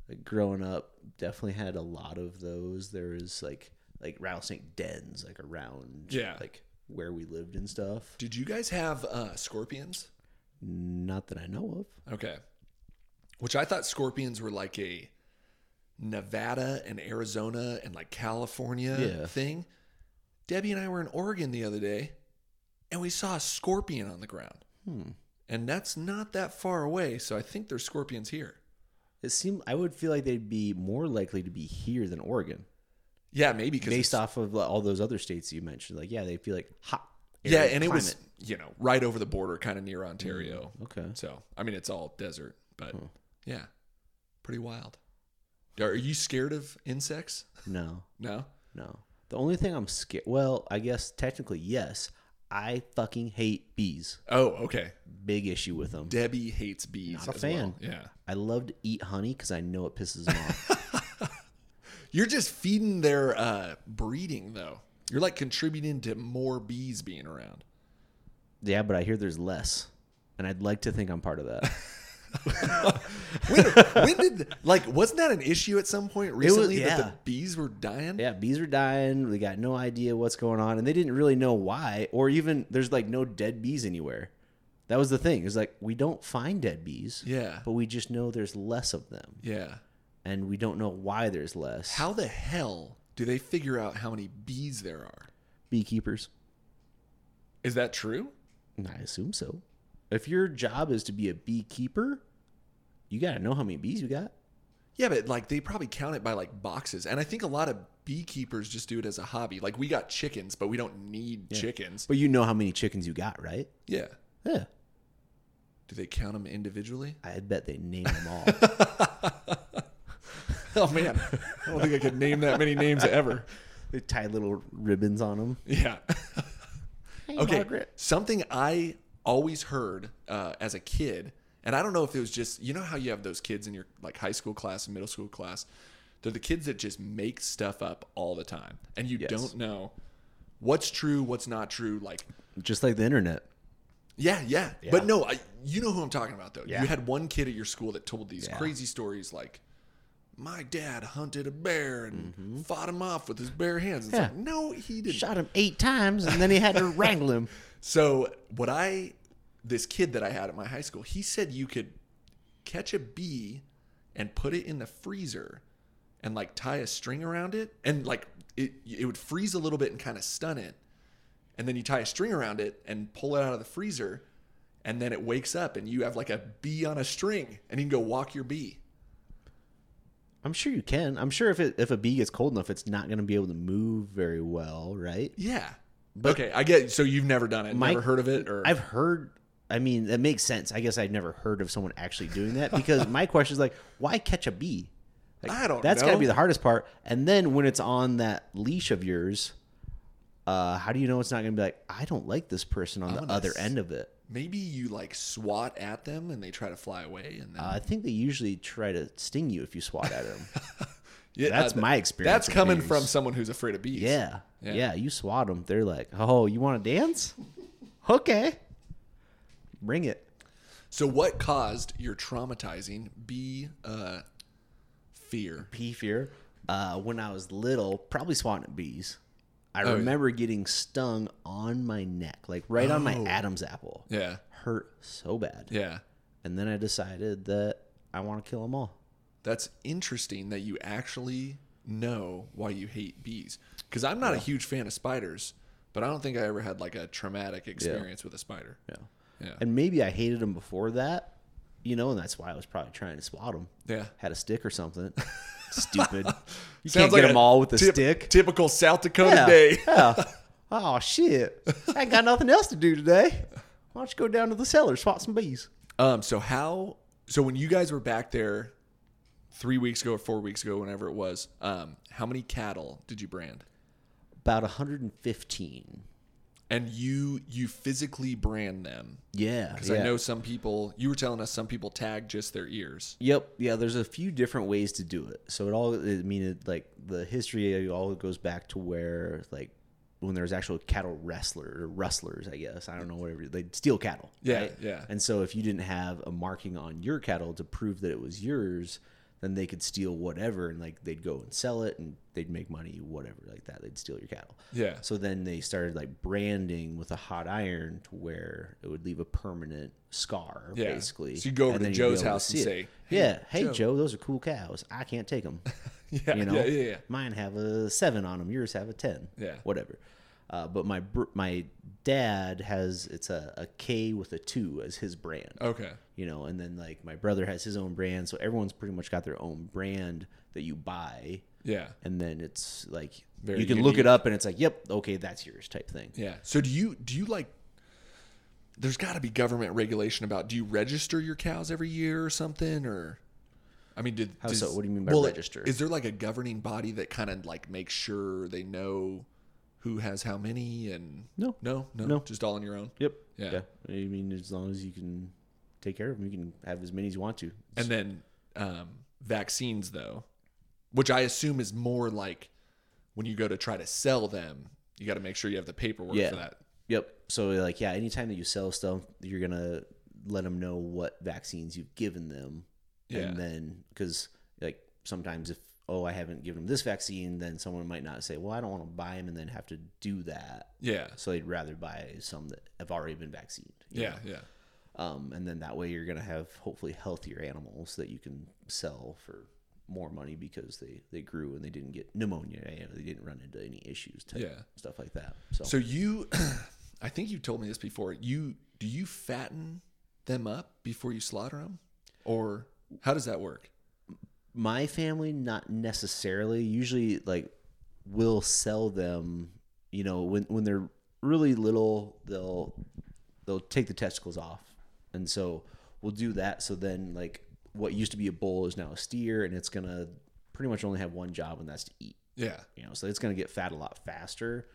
Like growing up, definitely had a lot of those. There was like like rattlesnake dens like around
Yeah.
like where we lived and stuff.
Did you guys have uh, scorpions?
Not that I know of.
Okay. Which I thought scorpions were like a Nevada and Arizona and like California
Yeah.
thing. Debbie and I were in Oregon the other day and we saw a scorpion on the ground.
Hmm.
And that's not that far away. So I think there's scorpions here.
It seemed I would feel like they'd be more likely to be here than Oregon.
Yeah, maybe because
based off of like, all those other states you mentioned. Like, yeah, they feel like hot.
Yeah,
arid
and it was,
climate. Hmm.
you know, right over the border, kind of near Ontario.
okay.
So, I mean, it's all desert, but
Hmm.
yeah, pretty wild. Are you scared of insects?
No,
No?
no. The only thing I'm scared. Well, I guess technically yes. I fucking hate bees.
Oh, okay.
Big issue with them.
Debbie hates bees.
Not a
as well.
fan.
Yeah.
I love to eat honey because I know it pisses them off.
You're just feeding their uh, breeding, though. You're like contributing to more bees being around.
yeah, but I hear there's less, and I'd like to think I'm part of that.
When, when did like wasn't that an issue at some point
was-
recently that the
yeah.
bees were dying?
yeah, bees are dying. They got no idea what's going on, and they didn't really know why, or even there's like no dead bees anywhere. That was the thing. It's like we don't find dead bees.
Yeah.
but we just know there's less of them
Yeah.
and we don't know why there's less
How the hell do they figure out how many bees there are?
beekeepers
Is that true?
And i assume so if your job is to be a beekeeper you got to know how many bees you got
Yeah, but like they probably count it by like boxes. And I think a lot of beekeepers just do it as a hobby. Like we got chickens, but we don't need chickens.
but you know how many chickens you got right
Yeah.
yeah
Do they count them individually?
i bet they name them all
Oh man, I don't think I could name that many names ever.
they tie little ribbons on them
Yeah. okay.
Margaret.
Something I always heard uh, as a kid, and I don't know if it was just you know how you have those kids in your like high school class and middle school class. They're the kids that just make stuff up all the time, and you
Yes.
don't know what's true, what's not true. Like,
just like the internet
yeah, yeah, but no, I, you know who I'm talking about though.
Yeah.
You had one kid at your school that told these
Yeah.
crazy stories, like my dad hunted a bear and fought him off with his bare hands. It's
Mm-hmm. Yeah.
like, no, he didn't.
Shot him eight times, and then he had to wrangle him.
So what I this kid that I had at my high school, he said you could catch a bee and put it in the freezer and like tie a string around it and like it it would freeze a little bit and kind of stun it. And then you tie a string around it and pull it out of the freezer and then it wakes up and you have like a bee on a string and you can go walk your bee.
I'm sure you can. I'm sure if it, if a bee gets cold enough, it's not going to be able to move very well, right?
Yeah. okay, I get so you've never done it,
My-
never heard of it or
I've heard. I mean, that makes sense. I guess I've never heard of someone actually doing that because my question is like, why catch a bee? Like,
I don't
That's got to
know.
be the hardest part. And then when it's on that leash of yours, uh, how do you know it's not going to be like, I don't like this person on the
gonna
other
s-
end of it?
maybe you like swat at them and they try to fly away and then
Uh, I think they usually try to sting you if you swat at them.
Yeah, uh,
That's
th-
my experience
That's
with
coming
bees.
from someone who's afraid of bees.
yeah.
Yeah.
yeah. You swat them. They're like, oh, you want to dance? Okay. Bring it.
So, what caused your traumatizing bee uh, fear?
pee fear. Uh, when I was little, probably swatting at bees. I
Oh, yeah.
remember getting stung on my neck, like right on my
Oh.
Adam's apple.
Yeah,
Hurt so bad.
yeah.
And then I decided that I want to kill them all.
That's interesting that you actually know why you hate bees. Because I'm not a huge fan of spiders, but I don't think I ever had like a traumatic experience with a spider.
Yeah.
Yeah,
And maybe I hated them before that, you know, and that's why I was probably trying to swat them.
yeah.
Had a stick or something. Stupid. You
Sounds
can't get
a
them all with a
typ-
stick.
Typical South Dakota
Yeah,
day.
yeah. Oh, shit. I ain't got nothing else to do today. Why don't you go down to the cellar, swat some bees?
Um, so how so when you guys were back there three weeks ago or four weeks ago, whenever it was, um, how many cattle did you brand?
About 115.
And you you physically brand them.
Yeah,
Because I know some people you were telling us some people tag just their ears.
Yep, yeah. There's a few different ways to do it. So it all, I mean, it, like the history it all goes back to where like when there was actual cattle wrestler or rustlers, I guess. I don't know whatever they steal cattle.
Yeah,
right?
yeah.
And so if you didn't have a marking on your cattle to prove that it was yours, then they could steal whatever and like they'd go and sell it and they'd make money, whatever like that. They'd steal your cattle.
Yeah.
So then they started like branding with a hot iron to where it would leave a permanent scar,
Yeah.
basically.
So you go over
And
to
then you'd
Joe's
be able to
house and
see
say,
it. yeah, hey
Joe."
Joe. those are cool cows. I can't take them.
Yeah,
you know,
yeah, yeah, yeah.
mine have a seven on them. Yours have a ten.
Yeah.
whatever. Uh, but my br- my dad has it's a, a K with a two as his brand
Okay.
you know and then like my brother has his own brand so everyone's pretty much got their own brand that you buy
Yeah.
and then it's like
Very
you can look
unique.
it up and it's like yep okay that's yours type thing
Yeah. So do you do you like there's gotta be government regulation about do you register your cows every year or something or I mean did
How so? What do you mean by
it-
register?
Is there like a governing body that kind of like makes sure they know who has how many and
No.
No, no,
No.
just all on your own.
yep
Yeah.
i mean as long as you can take care of them you can have as many as you want to
And then um, vaccines, though, which I assume is more like when you go to try to sell them, you got to make sure you have the paperwork
Yeah.
for that.
yep so like yeah anytime that you sell stuff you're gonna let them know what vaccines you've given them
Yeah.
and then because like sometimes if oh i haven't given them this vaccine then someone might not say well i don't want to buy them and then have to do that
Yeah.
so they'd rather buy some that have already been vaccinated. you
Yeah.
know?
Yeah.
Um, and then that way you're gonna have hopefully healthier animals that you can sell for more money because they they grew and they didn't get pneumonia, you know, they didn't run into any issues, type,
Yeah.
stuff like that. So,
So you, I think you told me this before. You do you fatten them up before you slaughter them, or how does that work?
my family not necessarily usually like will sell them. You know when when they're really little, they'll they'll take the testicles off, and so we'll do that. So then like what used to be a bull is now a steer, and it's gonna pretty much only have one job, and that's to eat.
Yeah.
you know so it's going to get fat a lot faster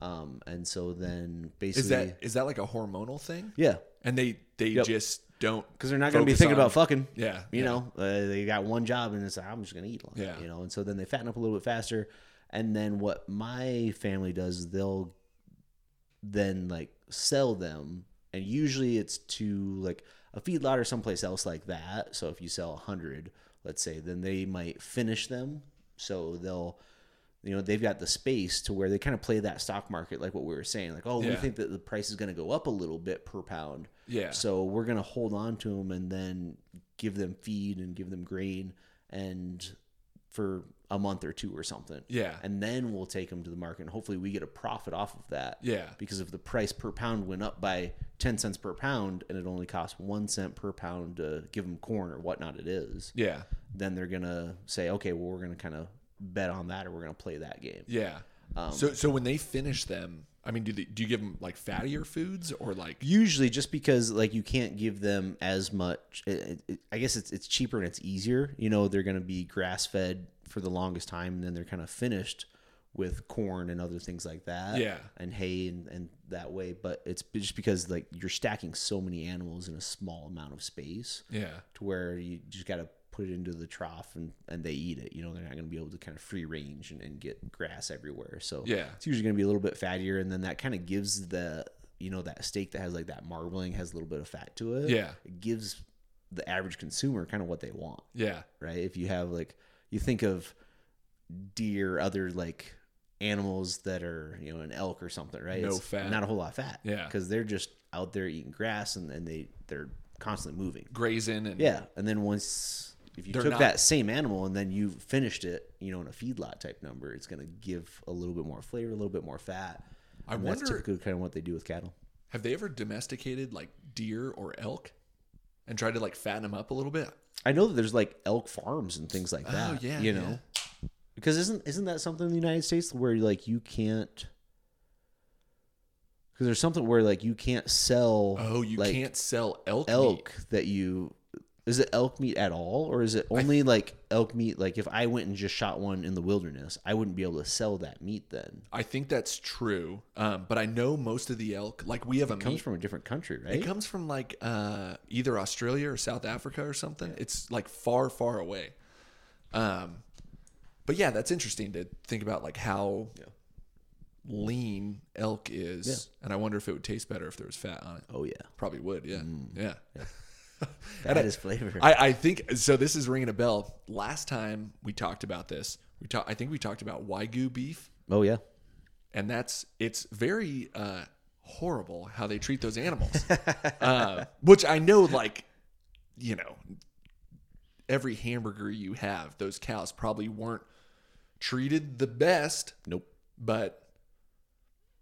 um and so then basically
Is that is that like a hormonal thing?
yeah
And they they
Yep.
just don't
because they're not going to be
focus
thinking
on-
about fucking
Yeah.
you
yeah.
know uh, they got one job and it's like, i'm just going to eat a lot
Yeah.
you know and so then they fatten up a little bit faster and then what my family does is they'll then like sell them and usually it's to like a feedlot or someplace else like that so if you sell a hundred let's say, then they might finish them. So they'll, you know, they've got the space to where they kind of play that stock market, like what we were saying. Like, oh, we
Yeah.
think that the price is going to go up a little bit per pound.
Yeah.
So we're going to hold on to them and then give them feed and give them grain and for a month or two or something.
Yeah.
And then we'll take them to the market and hopefully we get a profit off of that.
Yeah.
Because if the price per pound went up by 10 cents per pound and it only costs 1 cent per pound to give them corn or whatnot it is,
Yeah.
then they're going to say, okay, well, we're going to kind of bet on that or we're going to play that game.
Yeah.
Um,
so so when they finish them, I mean, do they, do you give them like fattier foods or like
usually just because like you can't give them as much it, it- it, i guess it's, it's cheaper and it's easier you know they're going to be grass fed for the longest time and then they're kind of finished with corn and other things like that
Yeah.
and hay and, and that way but it's just because like you're stacking so many animals in a small amount of space
yeah
to where you just got to put it into the trough and, and they eat it. You know, they're not going to be able to kind of free range and, and get grass everywhere. So
Yeah.
it's usually going to be a little bit fattier. And then that kind of gives the, you know, that steak that has like that marbling has a little bit of fat to it.
Yeah.
It gives the average consumer kind of what they want,
yeah
right? If you have like, you think of deer, other like animals that are, you know, an elk or something, right?
No
It's
fat.
Not a whole lot of fat.
Yeah.
Because they're just out there eating grass and, and they, they're constantly moving.
grazing and
Yeah, and then once if you
They're
took
not-
that same animal and then you finished it, you know, in a feedlot type number, it's going to give a little bit more flavor, a little bit more fat.
I
and that's
wonder-
typically kind of what they do with cattle.
Have they ever domesticated like deer or elk and tried to like fatten them up a little bit?
I know that there's like elk farms and things like
Oh,
that.
yeah,
you
yeah.
know, because isn't isn't that something in the United States where like you can't. Because there's something where like you can't sell
Oh, you
like,
can't sell elk. meat.
elk that you is it elk meat at all or is it only like elk meat like if i went and just shot one in the wilderness i wouldn't be able to sell that meat then
I think that's true, um, but I know most of the elk. Like we have a
it comes
meat.
from a different country right
it comes from like uh, either Australia or South Africa or something. It's like far, far away. Um, but yeah, that's interesting to think about, like how lean elk is, and I wonder if it would taste better if there was fat on it.
oh Mm. yeah
Probably would. Yeah, yeah.
that is flavor
I, I think so. This is ringing a bell. Last time we talked about this, we talked. I think we talked about wagyu beef,
oh yeah
and that's it's very uh, horrible how they treat those animals. uh, which I know, like you know, every hamburger you have, those cows probably weren't treated the best,
nope
but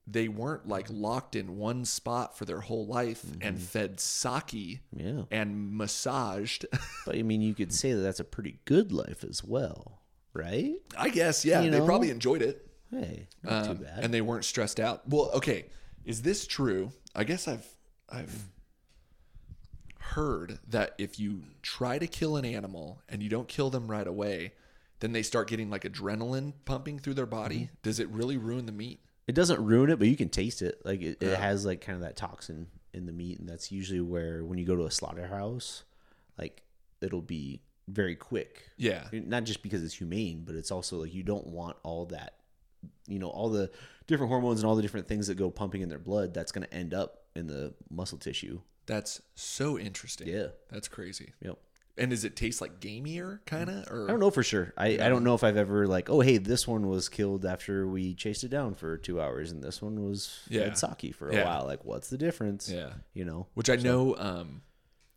they weren't like locked in one spot for their whole life and fed sake
yeah
and massaged.
but i mean you could say that that's a pretty good life as well right
I guess, yeah.
You
they
know?
probably enjoyed it.
hey not
Um,
too bad
and they weren't stressed out. Well, okay. Is this true? I guess I've I've heard that if you try to kill an animal and you don't kill them right away, then they start getting like adrenaline pumping through their body.
Mm-hmm.
Does it really ruin the meat?
it doesn't ruin it, but you can taste it. Like it,
Yeah.
it has like kind of that toxin in the meat, and that's usually where when you go to a slaughterhouse, like it'll be very quick.
Yeah.
Not just because it's humane, but it's also like you don't want all that, you know, all the different hormones and all the different things that go pumping in their blood. That's going to end up in the muscle tissue.
That's so interesting.
Yeah.
That's crazy.
Yep.
And does it taste like gamier kind of or
Mm. I don't know for sure. I, I don't know if I've ever like, oh hey, this one was killed after we chased it down for two hours, and this one was
Yeah.
fed sake for a
Yeah.
while. Like, what's the difference?
Yeah.
You know.
which I know. Um,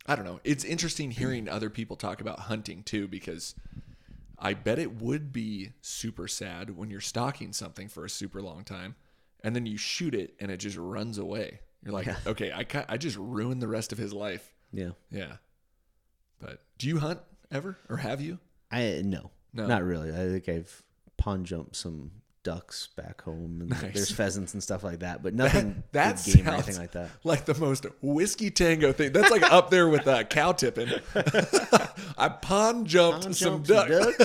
I don't know. It's interesting hearing other people talk about hunting too, because I bet it would be super sad when you're stalking something for a super long time, and then you shoot it and it just runs away. You're like, okay, I ca- I just ruined the rest of his life.
Yeah.
Yeah. But do you hunt ever or have you?
I no,
No.
not really. I think I've pond jumped some ducks back home, and
Nice.
there's pheasants and stuff like that, but nothing
That
big game or
sounds
anything like that.
Like the most whiskey tango thing. That's like up there with uh, cow tipping. I pond jumped
Pond
some
jump some
duck.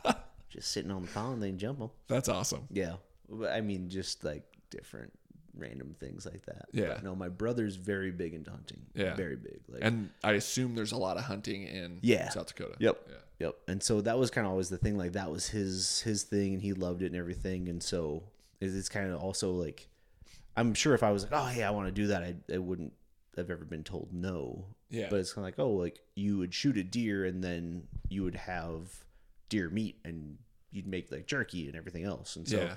ducks. just sitting on the pond, they jump them.
That's awesome.
Yeah, but I mean, just like different random things like that.
Yeah.
But no, my brother's very big into hunting.
Yeah.
very big. Like
And I assume there's a lot of hunting in
Yeah.
South Dakota.
Yep.
Yeah.
Yep. And so that was kind of always the thing. Like that was his his thing, and he loved it and everything. And so it- it's kind of also like, I'm sure if I was like, oh hey, I want to do that, I, I wouldn't have ever been told no.
Yeah.
But it's kind of like, oh, like you would shoot a deer and then you would have deer meat and you'd make like jerky and everything else. And so
Yeah.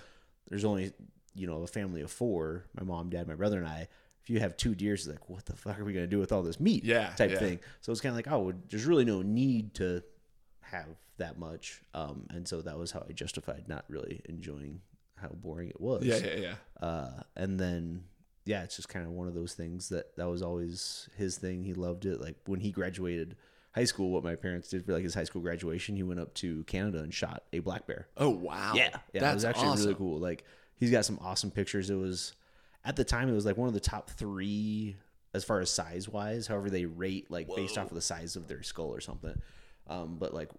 there's only, you know, a family of four my mom, dad, my brother, and I. If you have two deers, it's like, what the fuck are we going to do with all this meat?
Yeah,
Type
yeah.
thing. So it's kind of like, oh, well, there's really no need to have that much. Um, and so that was how I justified not really enjoying how boring it was
Yeah, yeah, yeah.
uh, and then yeah, it's just kind of one of those things that that was always his thing. He loved it. Like when he graduated high school, what my parents did for like his high school graduation, he went up to Canada and shot a black bear.
Oh wow.
yeah,
That's
it was actually
awesome.
really cool. Like he's got some awesome pictures. It was at the time it was like one of the top three as far as size wise. However, they rate like based off of the size of their skull or something. Um, but like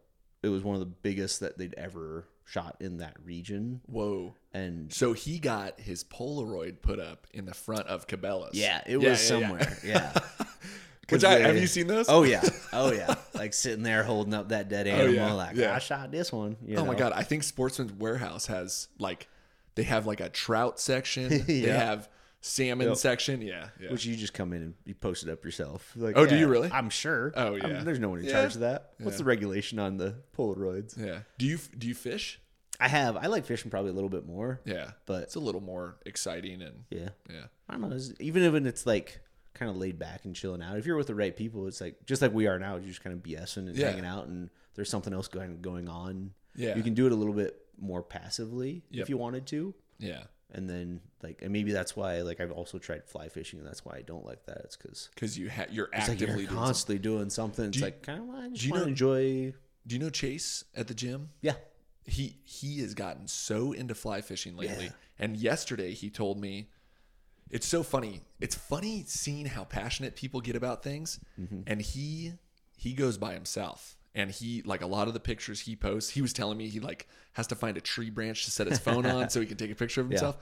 it was one of the biggest that they'd ever shot in that region.
Whoa.
And
So he got his Polaroid put up in the front of Cabela's.
Yeah, it
Yeah,
was
yeah, yeah.
somewhere. Yeah. 'Cause
Which I,
they-
have you seen those?
Oh yeah. Oh yeah. Like sitting there holding up that dead animal,
Oh, yeah,
like
yeah.
I shot this one. you
Oh my
know?
god! I think Sportsman's Warehouse has like they have like a trout section. They
Yeah.
have salmon section. Yeah. yeah.
Which you just come in and you post it up yourself. Like,
Oh, do
yeah,
you really?
I'm sure.
Oh,
I mean,
yeah.
there's no one in
Yeah.
charge of that. What's
Yeah.
the regulation on the Polaroids?
yeah. Do you do you fish?
I have. I like fishing probably a little bit more.
Yeah.
But
It's a little more exciting and
yeah,
yeah.
I don't know. it's- Even when it's like kind of laid back and chilling out, if you're with the right people, it's like just like we are now. You're just kind of BSing and
Yeah.
hanging out, and there's something else going going on.
Yeah.
you can do it a little bit more passively
Yep.
if you wanted to.
Yeah.
And then like, and maybe that's why like I've also tried fly fishing, and that's why I don't like that. It's because
Because you ha- you're
like
actively.
you're
doing something.
constantly doing something. It's
you-
like kind of I just
you
want
know-
to enjoy.
do you know Chase at the gym?
Yeah,
he he has gotten so into fly fishing lately. And yesterday he told me it's so funny. It's funny seeing how passionate people get about things. And he he goes by himself. And he like a lot of the pictures he posts, he was telling me he like has to find a tree branch to set his phone on so he can take a picture of himself.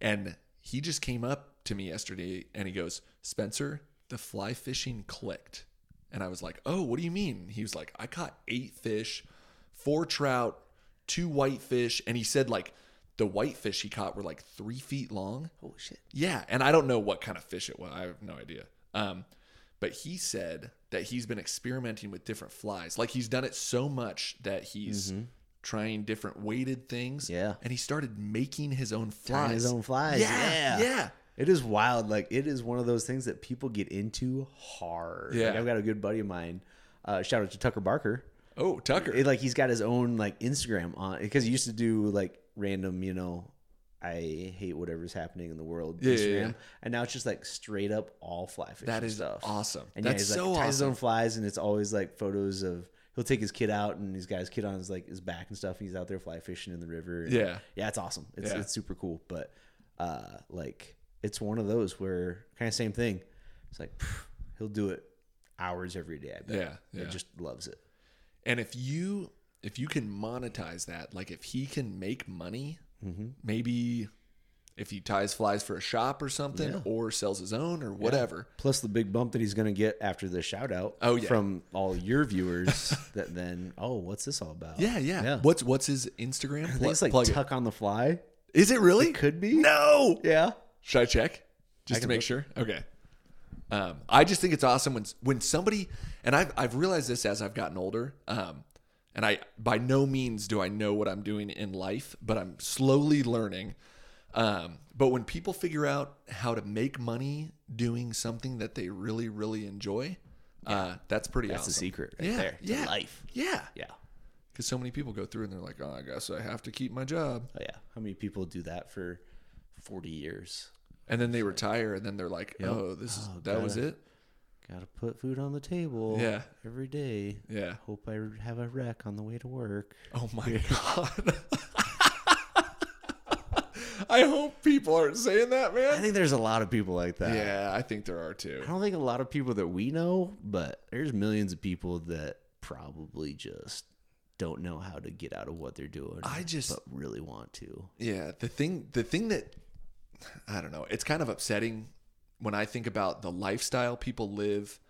And he just came up to me yesterday and he goes, Spencer, the fly fishing clicked. And I was like, Oh, what do you mean? He was like, I caught eight fish, four trout, two whitefish. And he said, like, the whitefish he caught were like three feet long.
holy shit.
Yeah. And I don't know what kind of fish it was. I have no idea. Um, but he said that he's been experimenting with different flies. Like he's done it so much that he's trying different weighted things.
Mm-hmm. Yeah.
And he started making his own flies.
Tying his own flies.
Yeah.
Yeah,
Yeah.
It is wild. Like it is one of those things that people get into hard.
Yeah.
Like, I've got a good buddy of mine. Uh, shout out to Tucker Barker.
Oh, Tucker.
It, like he's got his own like Instagram on because he used to do like random, you know, I hate whatever's happening in the world
Yeah, yeah,
Instagram,
yeah.
and now it's just like straight up all fly fishing.
That is
stuff.
awesome.
And
That's
yeah, he's
so
like, ties his
awesome.
own flies, and it's always like photos of he'll take his kid out, and he's got his kid on his like his back and stuff, and he's out there fly fishing in the river. and-
Yeah.
yeah, it's awesome. It's
Yeah.
it's super cool, but uh, like it's one of those where kind of same thing. It's like phew, he'll do it hours every day. I bet.
Yeah, yeah.
He just loves it.
and if you if you can monetize that, like if he can make money,
Mm-hmm.
maybe if he ties flies for a shop or something, or sells his own or whatever.
Plus the big bump that he's going to get after the shout out
Oh, yeah.
from all your viewers that then, oh, what's this all about?
Yeah, yeah.
Yeah.
What's what's his Instagram?
I think it's like
Plug it.
Tuck on the Fly.
Is it really?
Could be.
No.
Yeah.
Should I check just to
can
make
look.
sure? Okay. Um, I just think it's awesome when when somebody and I've I've realized this as I've gotten older. Um, and I by no means do I know what I'm doing in life, but I'm slowly learning. Um, but when people figure out how to make money doing something that they really really enjoy, uh, that's pretty
That's
awesome.
the secret right
yeah,
there. It's a
yeah,
life.
yeah.
Yeah.
Because so many people go through and they're like, oh, I guess I have to keep my job.
Oh, yeah. How many people do that for 40 years?
and then they retire and then they're like oh this is that was it
Got to put food on the table
Yeah.
every day.
yeah
Hope I have a wreck on the way to work.
oh my god i hope people aren't saying that
I
man
think there's a lot of people like that.
yeah i think there are too
I don't think a lot of people that we know, but there's millions of people that probably just don't know how to get out of what they're doing.
I just-
but really want to.
yeah the thing the thing that i don't know it's kind of upsetting when i think about the lifestyle people live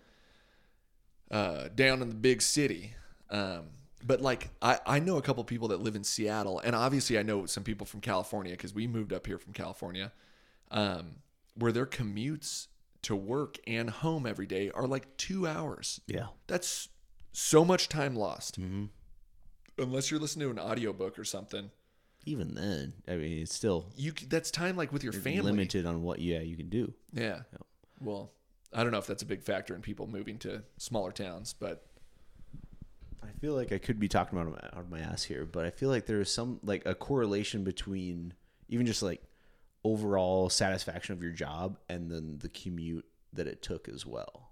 uh, down in the big city um, but like I, I know a couple people that live in seattle and obviously i know some people from california because we moved up here from california um, where their commutes to work and home every day are like two hours.
Yeah.
That's so much time lost. Unless you're listening to an audiobook or something,
Even then, I mean, it's still
you c- that's time like with your family.
limited on what yeah you can do.
Yeah. Well, I don't know if that's a big factor in people moving to smaller towns, but
I feel like I could be talking about out of my ass here, but I feel like there is some like a correlation between even just like overall satisfaction of your job and then the commute that it took as well.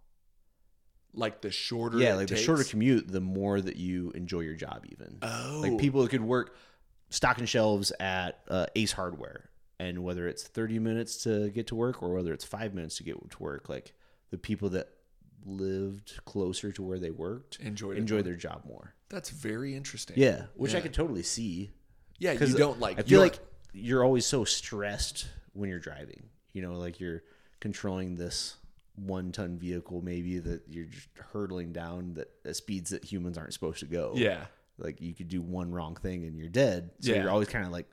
like the shorter
yeah,
it
like the
takes-
shorter commute, the more that you enjoy your job. Even
Oh,
like people that could work stocking shelves at uh, Ace Hardware, and whether it's thirty minutes to get to work or whether it's five minutes to get to work, like the people that lived closer to where they worked
enjoy it.
enjoy their job more.
That's very interesting.
Yeah, which I
Yeah.
could totally see
yeah. You
because
don't like.
I
you
feel
don't-
like you're always so stressed when you're driving. You know, like you're controlling this one ton vehicle maybe that you're just hurtling down that at speeds that humans aren't supposed to go.
yeah,
Like you could do one wrong thing and you're dead. So
Yeah.
you're always kind of like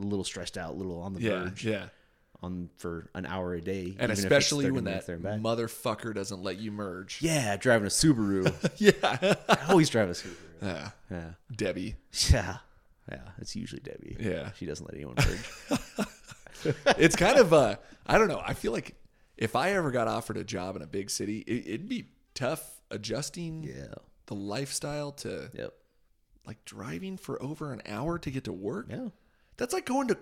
a little stressed out, a little on the
yeah,
verge
yeah.
on for an hour a day. even
And
if it's
especially
30
when
minutes
that
there and back.
motherfucker doesn't let you merge.
Yeah, driving a Subaru.
Yeah.
I always drive a Subaru.
yeah.
Yeah.
Debbie.
Yeah. Yeah. It's usually Debbie.
Yeah.
She doesn't let anyone merge.
It's kind of uh I don't know. I feel like if I ever got offered a job in a big city, it, it'd be tough adjusting
yeah.
the lifestyle to
Yep.
like driving for over an hour to get to work.
Yeah.
That's like going to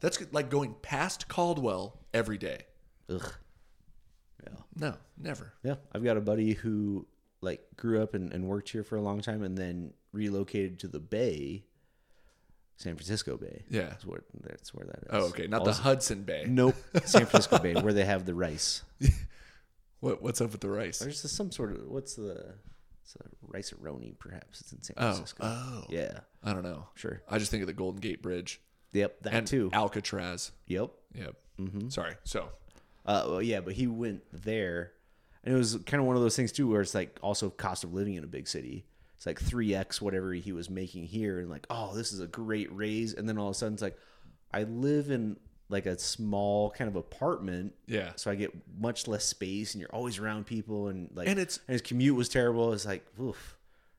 that's like going past Caldwell every day.
Ugh.
No, never.
Yeah. I've got a buddy who like grew up and, and worked here for a long time and then relocated to the Bay, San Francisco Bay.
Yeah.
That's where that's where that is.
Oh, okay. Not the Hudson Bay.
Nope. San Francisco Bay, where they have the rice.
What what's up with the rice?
There's some sort of what's the it's a rice-a-roni, perhaps. It's in San
Oh,
Francisco.
oh.
Yeah.
I don't know.
Sure.
I just think of the Golden Gate Bridge
Yep. That
and
too. Mm-hmm.
Alcatraz.
yep.
Yep. Sorry. So
Uh, well, yeah, but he went there, and it was kind of one of those things too, where it's like also cost of living in a big city. It's like three x whatever he was making here, and like, oh, this is a great raise, and then all of a sudden it's like, I live in like a small kind of apartment,
yeah.
so I get much less space, and you're always around people, and like,
And it's-
his commute was terrible. It's like, oof.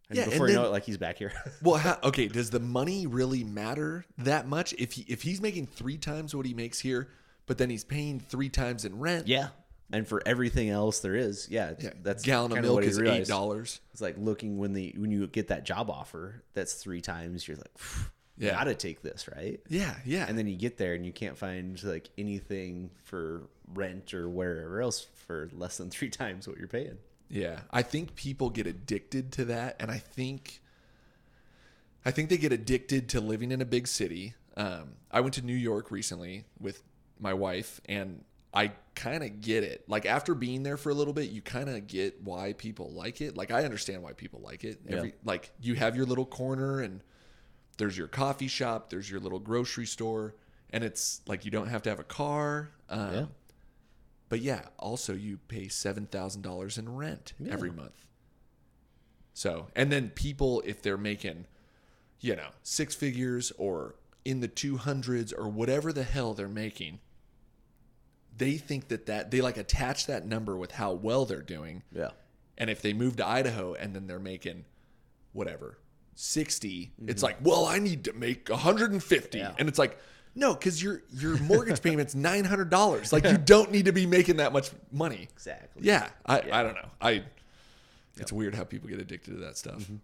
And
Yeah, and
before you know
then-
it, like he's back here.
Well, how, okay. Does the money really matter that much? If he if he's making three times what he makes here, but then he's paying three times in rent.
yeah. And for everything else there is, yeah,
Yeah,
that's
gallon of
kinda what
milk
he
is
realized.
eight dollars.
It's like looking when the when you get that job offer, that's three times. You're like, "Phew,
Yeah.
gotta take this, right?
Yeah, yeah.
And then you get there and you can't find like anything for rent or wherever else for less than three times what you're paying.
Yeah, I think people get addicted to that, and I think, I think they get addicted to living in a big city. Um, I went to New York recently with my wife, and I kind of get it. Like after being there for a little bit, you kind of get why people like it. Like I understand why people like it. Every like you have your little corner, and there's your coffee shop, there's your little grocery store, and it's like you don't have to have a car. Um,
Yeah.
but yeah, also you pay seven thousand dollars in rent every month. So and then people if they're making, you know, six figures or in the two hundreds or whatever the hell they're making, they think that that they like attach that number with how well they're doing.
Yeah.
And if they move to Idaho and then they're making whatever 60, it's like, well, I need to make 150.
Mm-hmm. Yeah.
And it's like, no, because your your mortgage payment's nine hundred dollars. Like you don't need to be making that much money.
Exactly.
Yeah. I, I don't know. I it's weird how people get addicted to that stuff.
Mm-hmm.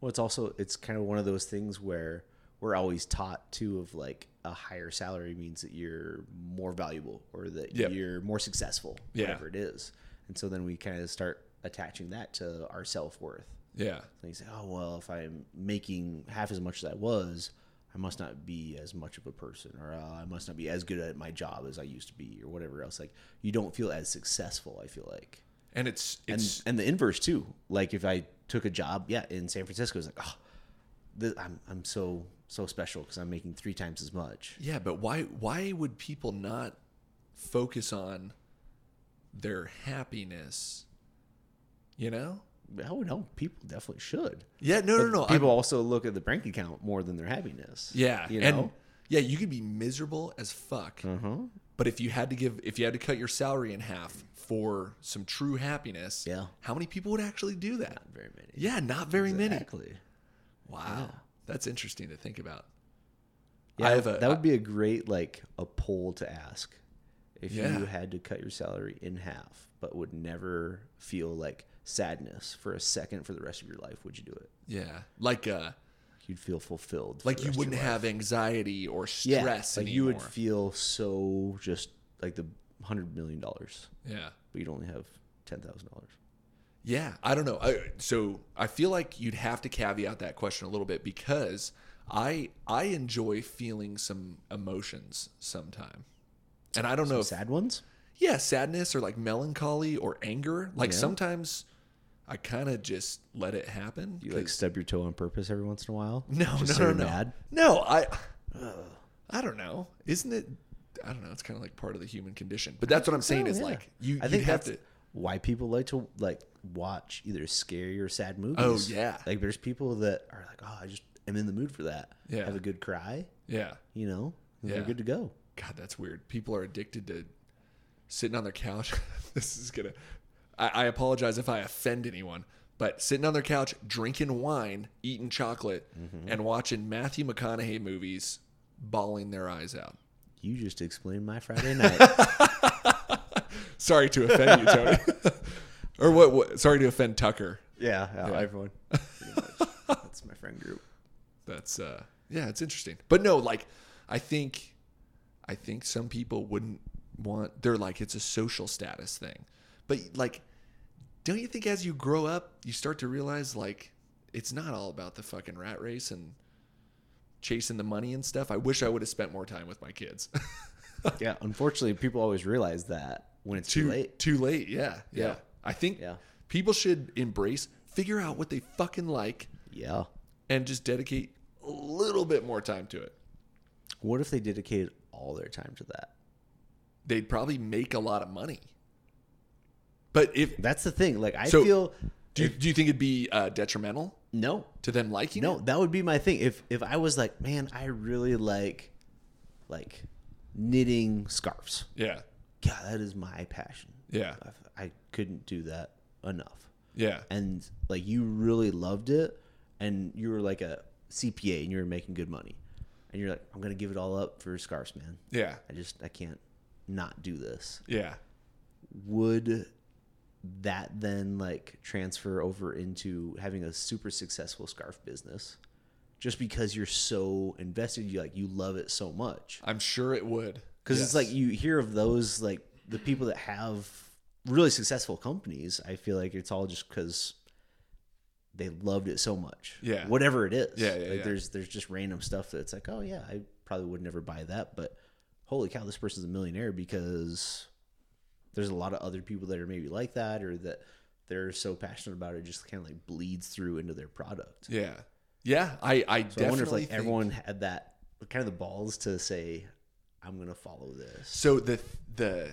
Well, it's also it's kind of one of those things where we're always taught too of like a higher salary means that you're more valuable or that
Yep.
you're more successful,
Yeah.
whatever it is. And so then we kind of start attaching that to our self worth.
Yeah.
And you say, oh, well, if I'm making half as much as I was, I must not be as much of a person, or uh, I must not be as good at my job as I used to be, or whatever else. Like, you don't feel as successful, I feel like.
And it's
And,
it's
and the inverse, too. Like, if I took a job, yeah, in San Francisco, it's like, oh, this, I'm, I'm so, so special because I'm making three times as much.
yeah, but why why would people not focus on their happiness? You know?
Oh, no, people definitely should.
Yeah, no, no, no. I'm-
People also look at the bank account more than their happiness.
Yeah,
You
and
know? Mm-hmm.
Yeah, you could be miserable as fuck. But if you had to give, if you had to cut your salary in half for some true happiness,
Yeah.
how many people would actually do that?
Very many.
yeah, not very many.
Exactly.
Wow, that's interesting to think about.
Yeah,
I have a.
that would be a great like a poll to ask if
Yeah.
you had to cut your salary in half, but would never feel like sadness for a second for the rest of your life. Would you do it?
yeah, like uh,
You'd feel fulfilled. for
like
the
you
rest of your
wouldn't
life.
have anxiety or
yeah,
stress
like
anymore.
you would feel so just like the hundred million dollars,
yeah.
but you'd only have ten thousand dollars.
Yeah, I don't know. I, so I feel like you'd have to caveat that question a little bit because I I enjoy feeling some emotions sometime, and I don't know. If,
Sad ones.
yeah, sadness or like melancholy or anger. Like
Yeah.
sometimes I kind of just let it happen.
You like
'cause-
stub your toe on purpose every once in a while.
no no
just so
no
you're
no
mad?
no I I don't know. Isn't it? I don't know. It's kind of like part of the human condition. But that's what I'm saying
Oh,
is
yeah.
like you.
I
you'd
think
have to.
that's why people like to like watch either scary or sad movies.
Oh, yeah.
like there's people that are like, oh, I just am in the mood for that.
Yeah.
have a good cry,
Yeah.
you know, and
Yeah.
they're good to go.
God, that's weird. People are addicted to sitting on their couch. this is gonna. I, I apologize if I offend anyone, but sitting on their couch, drinking wine, eating chocolate, and watching Matthew McConaughey movies, bawling their eyes out.
You just explained my Friday night.
Sorry to offend you, Tony. or what, what? Sorry to offend Tucker.
yeah, yeah,
Yeah.
everyone. pretty much. That's my friend group.
That's uh, yeah, it's interesting. But no, like, I think, I think some people wouldn't want. They're like, it's a social status thing. But like, don't you think as you grow up, you start to realize like it's not all about the fucking rat race and chasing the money and stuff. I wish I would have spent more time with my kids.
Yeah, unfortunately, people always realize that when it's too,
too
late.
Too late. Yeah, yeah.
Yeah.
I think
Yeah.
people should embrace, figure out what they fucking like,
Yeah.
and just dedicate a little bit more time to it.
What if they dedicated all their time to that?
they'd probably make a lot of money. But if
That's the thing. Like I
So-
feel
do you, do you think it'd be uh, detrimental
no,
to them liking
No,
it?
that would be my thing. If if I was like, man, I really like like knitting scarves.
Yeah,
God, that is my passion.
yeah,
I, I couldn't do that enough.
yeah,
And like you really loved it and you were like a CPA and you were making good money. And you're like, I'm going to give it all up for scarves, man.
yeah,
I just I can't not do this.
yeah.
Would that then like transfer over into having a super successful scarf business just because you're so invested you like you love it so much
I'm sure it would
because it's like you hear of those like the people that have really successful companies i feel like it's all just because they loved it so much
Yeah.
whatever it is
Yeah, yeah,
like
yeah.
there's there's just random stuff that's like oh yeah i probably would never buy that but holy cow this person's a millionaire because there's a lot of other people that are maybe like that or that they're so passionate about it, it just kind of like bleeds through into their product
yeah, yeah. I I
so
definitely
i wonder if like
think-
everyone had that kind of the balls to say i'm gonna follow this
So the the,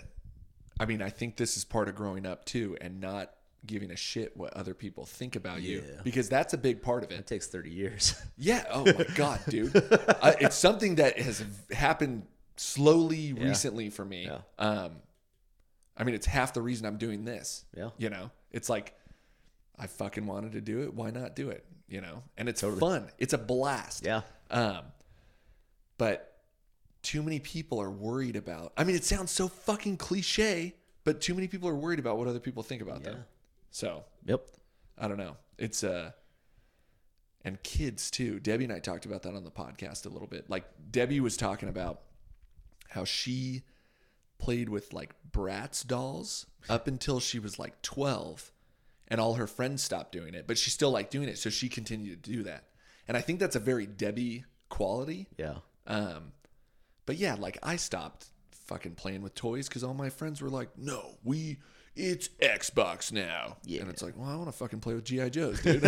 I mean, I think this is part of growing up too, and not giving a shit what other people think about you
Yeah.
because that's a big part of it.
It takes 30 years.
Yeah. Oh my God, dude. uh, it's something that has happened slowly recently for me.
Yeah.
Um, I mean, it's half the reason I'm doing this.
Yeah.
You know, it's like I fucking wanted to do it. Why not do it? You know, and it's fun. It's a blast.
Yeah.
Um, but too many people are worried about. I mean, it sounds so fucking cliche, but too many people are worried about what other people think about them. So
Yep.
I don't know. It's uh and kids too. Debbie and I talked about that on the podcast a little bit. Like Debbie was talking about how she played with like Bratz dolls up until she was like 12 and all her friends stopped doing it, but she still liked doing it, so she continued to do that. And I think that's a very Debbie quality.
Yeah.
Um but yeah, like I stopped fucking playing with toys cuz all my friends were like, "No, we it's Xbox now."
Yeah.
And it's like, "Well, I want to fucking play with GI Joes, dude."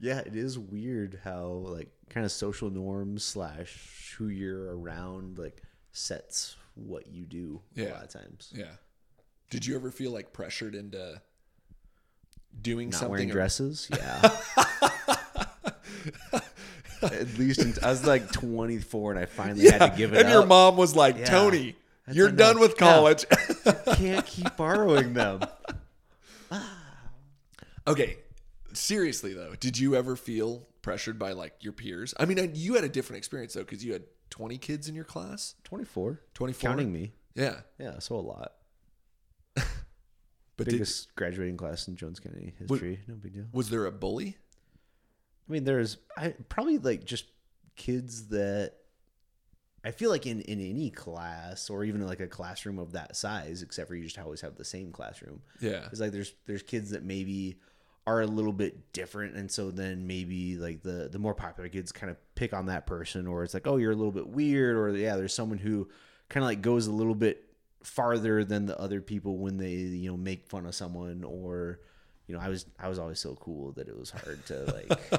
Yeah. It is weird how, like, kind of social norms slash who you're around, like, sets what you do a
Yeah.
lot of times.
Yeah. Did you ever feel like pressured into doing
Not
something?
wearing
or-
dresses. Yeah. at least in, I was like 24 and I finally
Yeah.
had to give it
and
up.
your mom was like,
Yeah.
Tony,
That's
you're done
enough.
with
No.
college.
Can't keep borrowing them.
okay. Seriously though, did you ever feel pressured by like your peers? I mean, you had a different experience though because you had 20 kids in your class.
24.
24?
Counting me.
Yeah.
Yeah, so a lot.
But did,
Biggest graduating class in Jones Kennedy history. no big deal.
was there a bully?
I mean, there's I, probably like just kids that I feel like in, in any class or even like a classroom of that size, except for you just always have the same classroom.
Yeah.
It's like there's there's kids that maybe are a little bit different, and so then maybe like the the more popular kids kind of pick on that person, or it's like oh you're a little bit weird, or yeah there's someone who kind of like goes a little bit farther than the other people when they you know make fun of someone or. You know, I was I was always so cool that it was hard to like.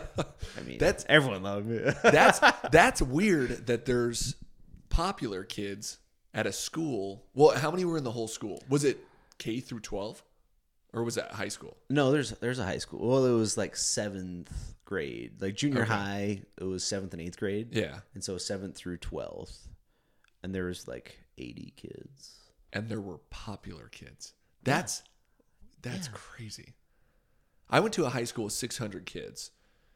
I mean,
That's-
everyone loved me.
that's that's weird that there's popular kids at a school. Well, how many were in the whole school? Was it K through 12 or was that high school?
no, there's there's a high school. Well, it was like seventh grade, like junior
Okay.
high. It was seventh and eighth grade.
Yeah.
And so 7th through 12th. And there was like 80 kids.
And there were popular kids. That's that's crazy. I went to a high school with 600 kids.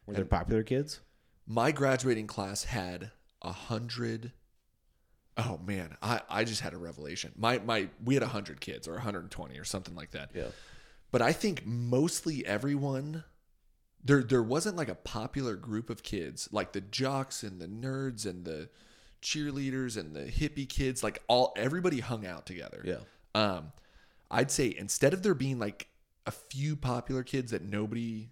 Were there popular kids?
My graduating class had a hundred. Oh man, I, I just had a revelation. My my we had hundred kids or 120 or something like that.
Yeah.
but I think mostly everyone there there wasn't like a popular group of kids like the jocks and the nerds and the cheerleaders and the hippie kids like all everybody hung out together.
Yeah.
Um I'd say instead of there being like a few popular kids that nobody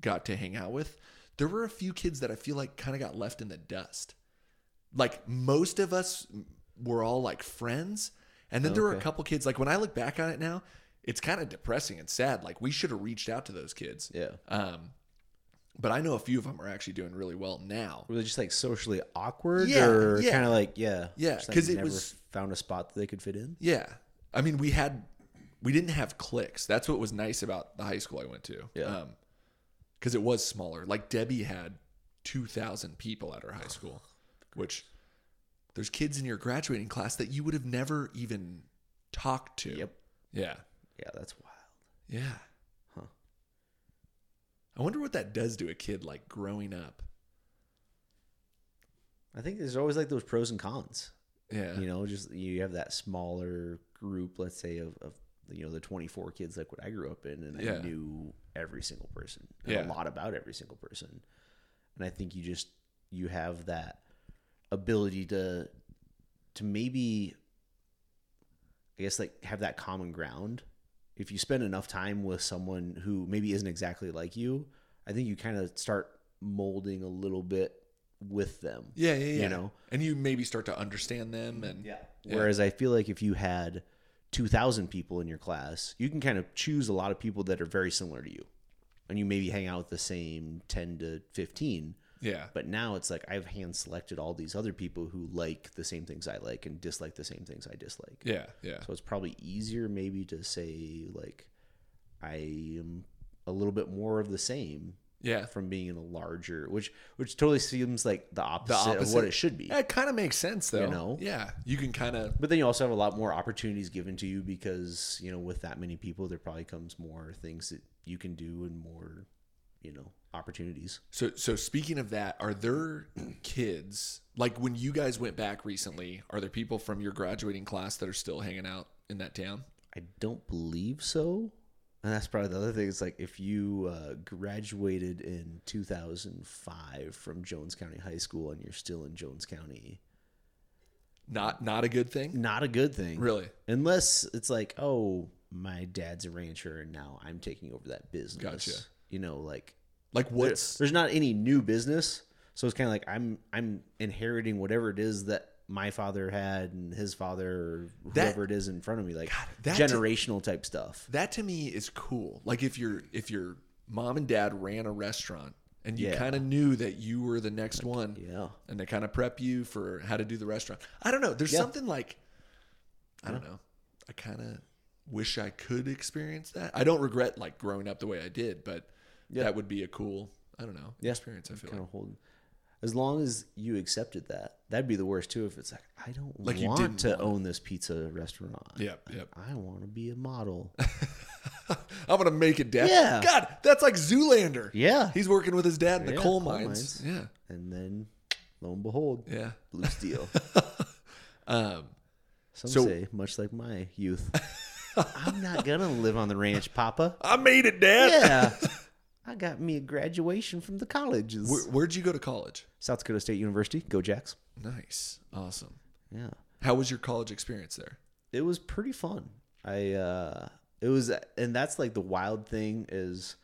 got to hang out with, there were a few kids that I feel like kind of got left in the dust. Like most of us were all like friends, and then there were a
Okay.
couple kids like when I look back on it now, it's kind of depressing and sad. Like we should have reached out to those kids.
Yeah.
Um but I know a few of them are actually doing really well now.
Were they just like socially awkward
Yeah,
or
yeah.
kind of like, yeah.
Yeah,
just, like,
'cause it
never
was-
found a spot that they could fit in?
Yeah. I mean, we had we didn't have cliques. That's what was nice about the high school I went to.
Yeah.
cuz it was smaller. Like Debbie had 2000 people at her high school, which there's kids in your graduating class that you would have never even talked to.
Yep.
Yeah.
Yeah, that's wild.
Yeah.
Huh.
I wonder what that does to a kid like growing up.
I think there's always like those pros and cons.
Yeah.
You know, just you have that smaller group, let's say, of, of you know, the 24 kids like what I grew up in, and
Yeah.
I knew every single person, and
Yeah.
a lot about every single person. And I think you just you have that ability to to maybe I guess like have that common ground. If you spend enough time with someone who maybe isn't exactly like you, I think you kind of start molding a little bit with them.
yeah, yeah, yeah.
You know,
and you maybe start to understand them and
yeah.
Yeah.
Whereas I feel like if you had 2,000 people in your class, you can kind of choose a lot of people that are very similar to you. And you maybe hang out with the same 10 to 15.
yeah.
But now it's like I've hand selected all these other people who like the same things I like and dislike the same things I dislike.
Yeah, yeah.
So it's probably easier maybe to say, like, I am a little bit more of the same
Yeah.
from being in a larger, which which totally seems like the opposite, of what
opposite.
it should be.
Yeah, it kind of makes sense though.
know?
Yeah, you can kind of
But then you also have a lot more opportunities given to you because, you know, with that many people, there probably comes more things that you can do and more, you know, opportunities.
So so speaking of that, are there kids like when you guys went back recently, are there people from your graduating class that are still hanging out in that town?
I don't believe so. And that's probably the other thing. It's like if you uh, graduated in 2005 from Jones County High School and you're still in Jones County,
Not not a good thing?
not a good thing.
Really?
Unless it's like, oh, my dad's a rancher and now I'm taking over that business.
Gotcha.
You know, like
Like
there-
what's
there's not any new business so it's kind of like i'm i'm inheriting whatever it is that my father had and his father or
That-
whoever it is in front of me like
that ju-
generational type stuff
that to me is cool. Like if your if your mom and dad ran a restaurant and you
Yeah.
kind of knew that you were the next one
yeah
and they kind of prep you for how to do the restaurant. I don't know. There's
Yeah.
something like I don't know. I kind of wish I could experience that. I don't regret like growing up the way I did, but
Yeah.
that would be a cool I don't know
Yeah.
experience. I feel
kind
like
of holding As long as you accepted that, that'd be the worst too. If it's like, I don't
Like you
want
didn't
to
want it.
own this pizza restaurant.
Yep, yep.
I want to be a model.
I'm gonna make it, Dad.
Yeah.
God, that's like Zoolander.
Yeah.
He's working with his dad in the
Yeah,
coal,
coal
mines.
and then, lo and behold,
Yeah. Yeah.
blue steel.
Um,
Some
So-
say, much like my youth, I'm not gonna live on the ranch, Papa.
I made it, Dad.
Yeah, I got me a graduation from the colleges.
Where, where'd you go to college?
South Dakota State University, go Jacks.
Nice. Awesome.
Yeah.
How was your college experience there?
it was pretty fun. I uh it was and that's like the wild thing is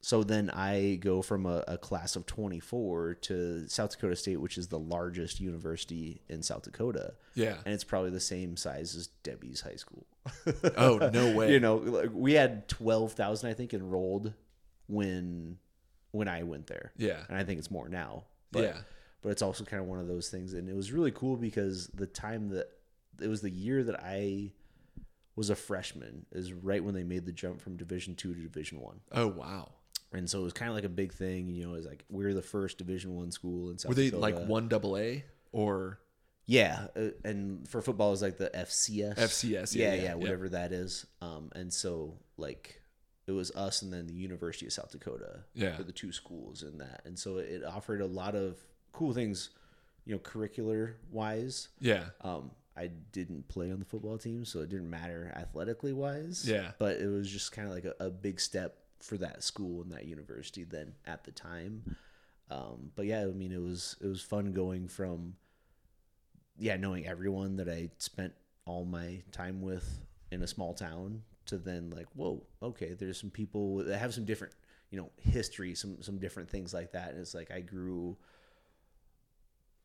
so then I go from a, a class of 24 to South Dakota State, which is the largest university in South Dakota.
Yeah.
And it's probably the same size as Debbie's high school.
Oh, no way.
You know, like we had 12,000 I think enrolled when when I went there.
Yeah.
And I think it's more now. But
yeah.
but it's also kind of one of those things and it was really cool because the time that it was the year that i was a freshman is right when they made the jump from division two to division one
Oh, wow.
and so it was kind of like a big thing you know it was like we're the first division one school in south
Were they
Dakota.
like one double A or
yeah uh, and for football it was like the fcs
FCS?
yeah yeah, whatever that is um and so like it was us and then the university of south dakota
Yeah.
for the two schools in that and so it offered a lot of cool things you know curricular wise
Yeah.
um, I didn't play on the football team, so it didn't matter athletically wise.
Yeah.
But it was just kind of like a, a big step for that school and that university then at the time. Um, but yeah, I mean, it was it was fun going from yeah knowing everyone that I spent all my time with in a small town to then like whoa okay there's some people that have some different you know history some some different things like that and it's like I grew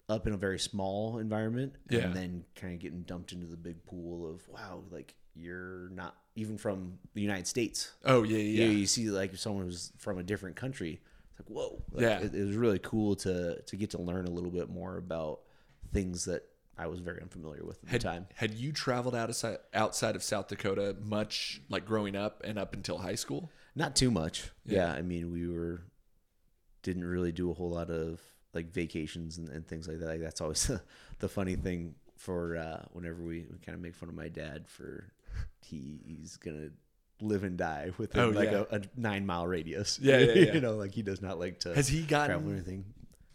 up in a very small environment
Yeah.
and then kind of getting dumped into the big pool of wow like you're not even from the united states
Oh, yeah. Yeah.
yeah. you,
yeah.
you see like someone who's from a different country it's like whoa Like,
Yeah.
it, it was really cool to to get to learn a little bit more about things that i was very unfamiliar with at
Had,
the time
had you traveled outside outside of South Dakota much, like growing up and up until high school?
not too much
Yeah.
yeah, i mean we were didn't really do a whole lot of like vacations and, and things like that like that's always the, the funny thing for uh whenever we, we kind of make fun of my dad for he, he's gonna live and die within
Oh,
like
yeah.
a, a nine mile radius
Yeah, yeah, yeah.
you know like he does not like to
Has he
travel or
gotten?
anything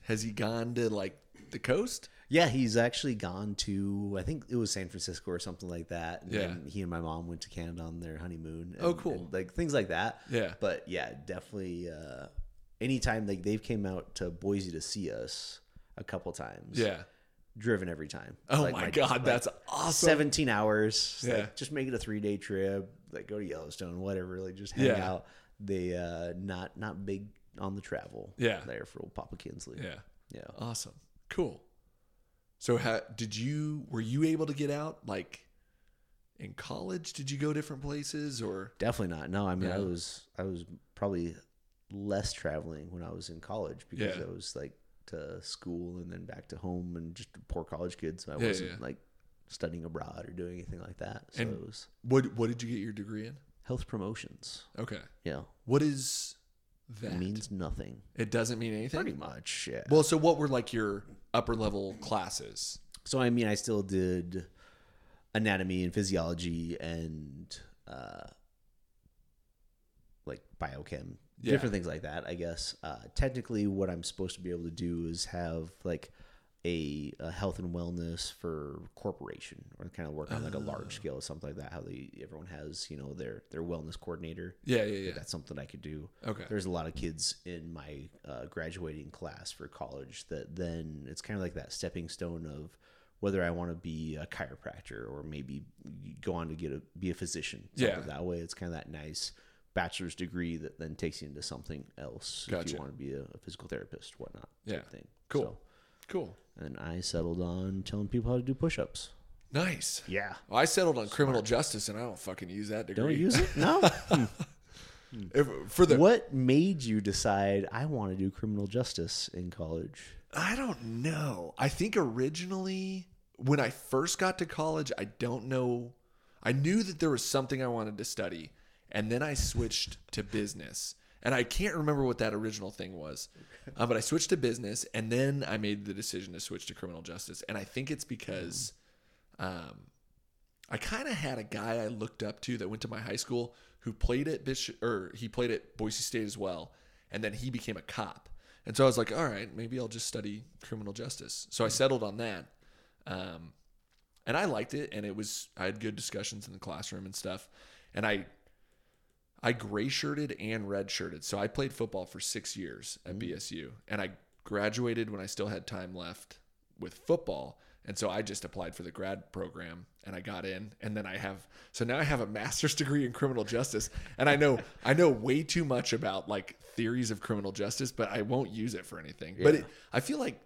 Has he gone to like the coast?
Yeah, he's actually gone to I think it was San Francisco or something like that. And
Yeah.
then he and my mom went to Canada on their honeymoon.
Oh,
and-
cool.
and, like things like that.
Yeah.
But yeah, definitely. Uh, anytime like they've came out to Boise to see us a couple times.
Yeah.
Driven every time.
Oh
Like,
my, God, that's awesome.
Seventeen hours. Like,
Yeah.
just make it a three day trip. Like go to Yellowstone, whatever. Like just hang
Yeah.
out. They uh, not not big on the travel.
Yeah.
There for old Papa Kinsley.
Yeah.
Yeah.
Awesome. Cool. So how did you were you able to get out like in college did you go different places or
Definitely not. No, I mean, I
Yeah.
was I was probably less traveling when I was in college because
Yeah.
I was like to school and then back to home and just a poor college kid, so I
Yeah,
wasn't
yeah.
like studying abroad or doing anything like that. So
And-
it was
what what did you get your degree in?
health promotions.
Okay.
Yeah,
What is
it
that?
means nothing.
it doesn't mean anything.
Pretty much. Yeah.
Well, so what were like your upper level classes?
So I mean, I still did anatomy and physiology and uh, like biochem,
Yeah.
different things like that. I guess uh, technically, what I'm supposed to be able to do is have like a, a health and wellness for corporation or kind of work on like a large scale or something like that. How they everyone has you know their their wellness coordinator.
Yeah, yeah,
That's something I could do
yeah. Okay.
there's a lot of kids in my uh, graduating class for college that then it's kind of like that stepping stone of whether I want to be a chiropractor or maybe go on to get a be a physician.
Yeah.
Something That way, it's kind of that nice bachelor's degree that then takes you into something else if
Gotcha.
you want to be a, a physical therapist, whatnot.
Yeah.
type Thing.
Cool.
So,
Cool.
and I settled on telling people how to do push-ups.
Nice.
Yeah.
Well, I settled on criminal justice and I don't fucking use that degree.
Don't use it? No. Hmm.
If, for the
what made you decide I want to do criminal justice in college?
I don't know. I think originally when I first got to college, I don't know. I knew that there was something I wanted to study, and then I switched to business. And I can't remember what that original thing was, uh, but I switched to business, and then I made the decision to switch to criminal justice. And I think it's because um, I kind of had a guy I looked up to that went to my high school who played at Bishop, or he played at Boise State as well, and then he became a cop. And so I was like, all right, maybe I'll just study criminal justice. So I settled on that, um, and I liked it, and it was I had good discussions in the classroom and stuff, and I. I gray shirted and red shirted. So I played football for six years at BSU and I graduated when I still had time left with football. And so I just applied for the grad program and I got in and then I have so now I have a master's degree in criminal justice and I know I know way too much about like theories of criminal justice but I won't use it for anything. But it, I feel like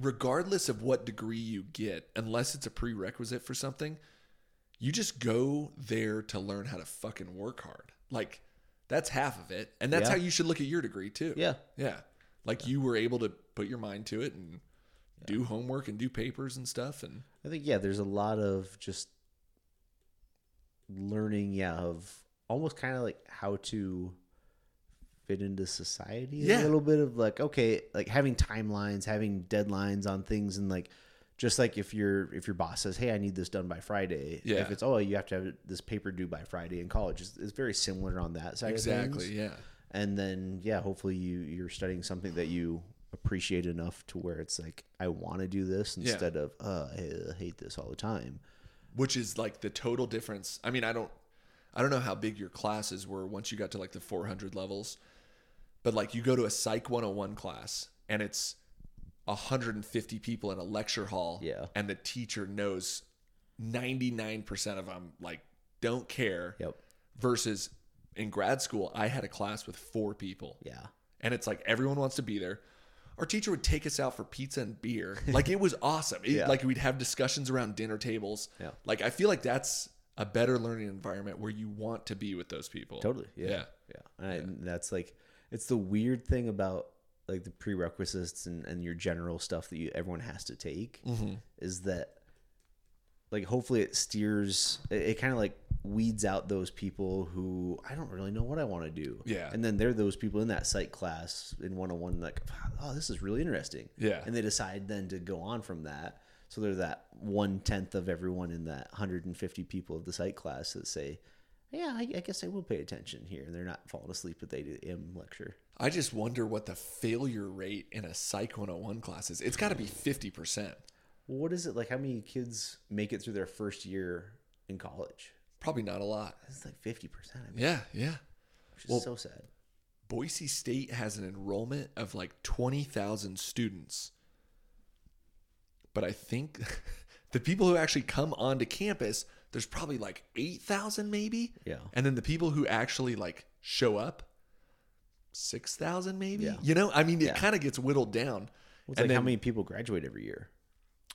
regardless of what degree you get unless it's a prerequisite for something you just go there to learn how to fucking work hard. Like that's half of it and that's
Yeah.
how you should look at your degree too.
Yeah.
Yeah. Like you were able to put your mind to it and do homework and do papers and stuff and
I think yeah, there's a lot of just learning, yeah, of almost kind of like how to fit into society
Yeah.
a little bit of like okay, like having timelines, having deadlines on things and like just like if your if your boss says, "Hey, I need this done by Friday."
Yeah.
If it's, "Oh, you have to have it- this paper due by Friday in college." It's, it's very similar on that side of things.
exactly yeah
And then yeah, hopefully you you're studying something that you appreciate enough to where it's like I want to do this
Yeah.
instead of uh, I hate this all the time.
which is like the total difference i mean i don't i don't know how big your classes were once you got to like the 400 levels but like you go to a psych 101 class and it's 150 people in a lecture hall
Yeah.
and the teacher knows 99% of them like don't care
Yep.
versus in grad school i had a class with four people
Yeah.
and it's like everyone wants to be there. Our teacher would take us out for pizza and beer. Like it was awesome. It-
Yeah.
Like we'd have discussions around dinner tables.
Yeah.
Like I feel like that's a better learning environment where you want to be with those people.
Totally. Yeah. Yeah.
Yeah.
And I- and that's like it's the weird thing about like the prerequisites and, and your general stuff that you everyone has to take is that like hopefully it steers it, it kind of like weeds out those people who I don't really know what I want to do.
Yeah.
And then there are those people in that psych class in 101 like oh this is really interesting.
Yeah.
And they decide then to go on from that. So they're that one tenth of everyone in that 150 people of the psych class that say, "Yeah, I, I guess I will pay attention here," and they're not falling asleep at the AM lecture.
I just wonder what the failure rate in a Psych 101 class is. It's got to be 50%,
What is it like? How many kids make it through their first year in college?
probably not a lot.
It's like 50 percent, I mean,
Yeah. Yeah.
which is so sad.
Boise State has an enrollment of like 20,000 students. But I think the people who actually come onto campus, there's probably like 8,000 maybe.
Yeah.
And then the people who actually like show up, 6,000 maybe.
Yeah.
You know, I mean, it
Yeah.
kind of gets whittled down.
It's
and
like how
then-
many people graduate every year?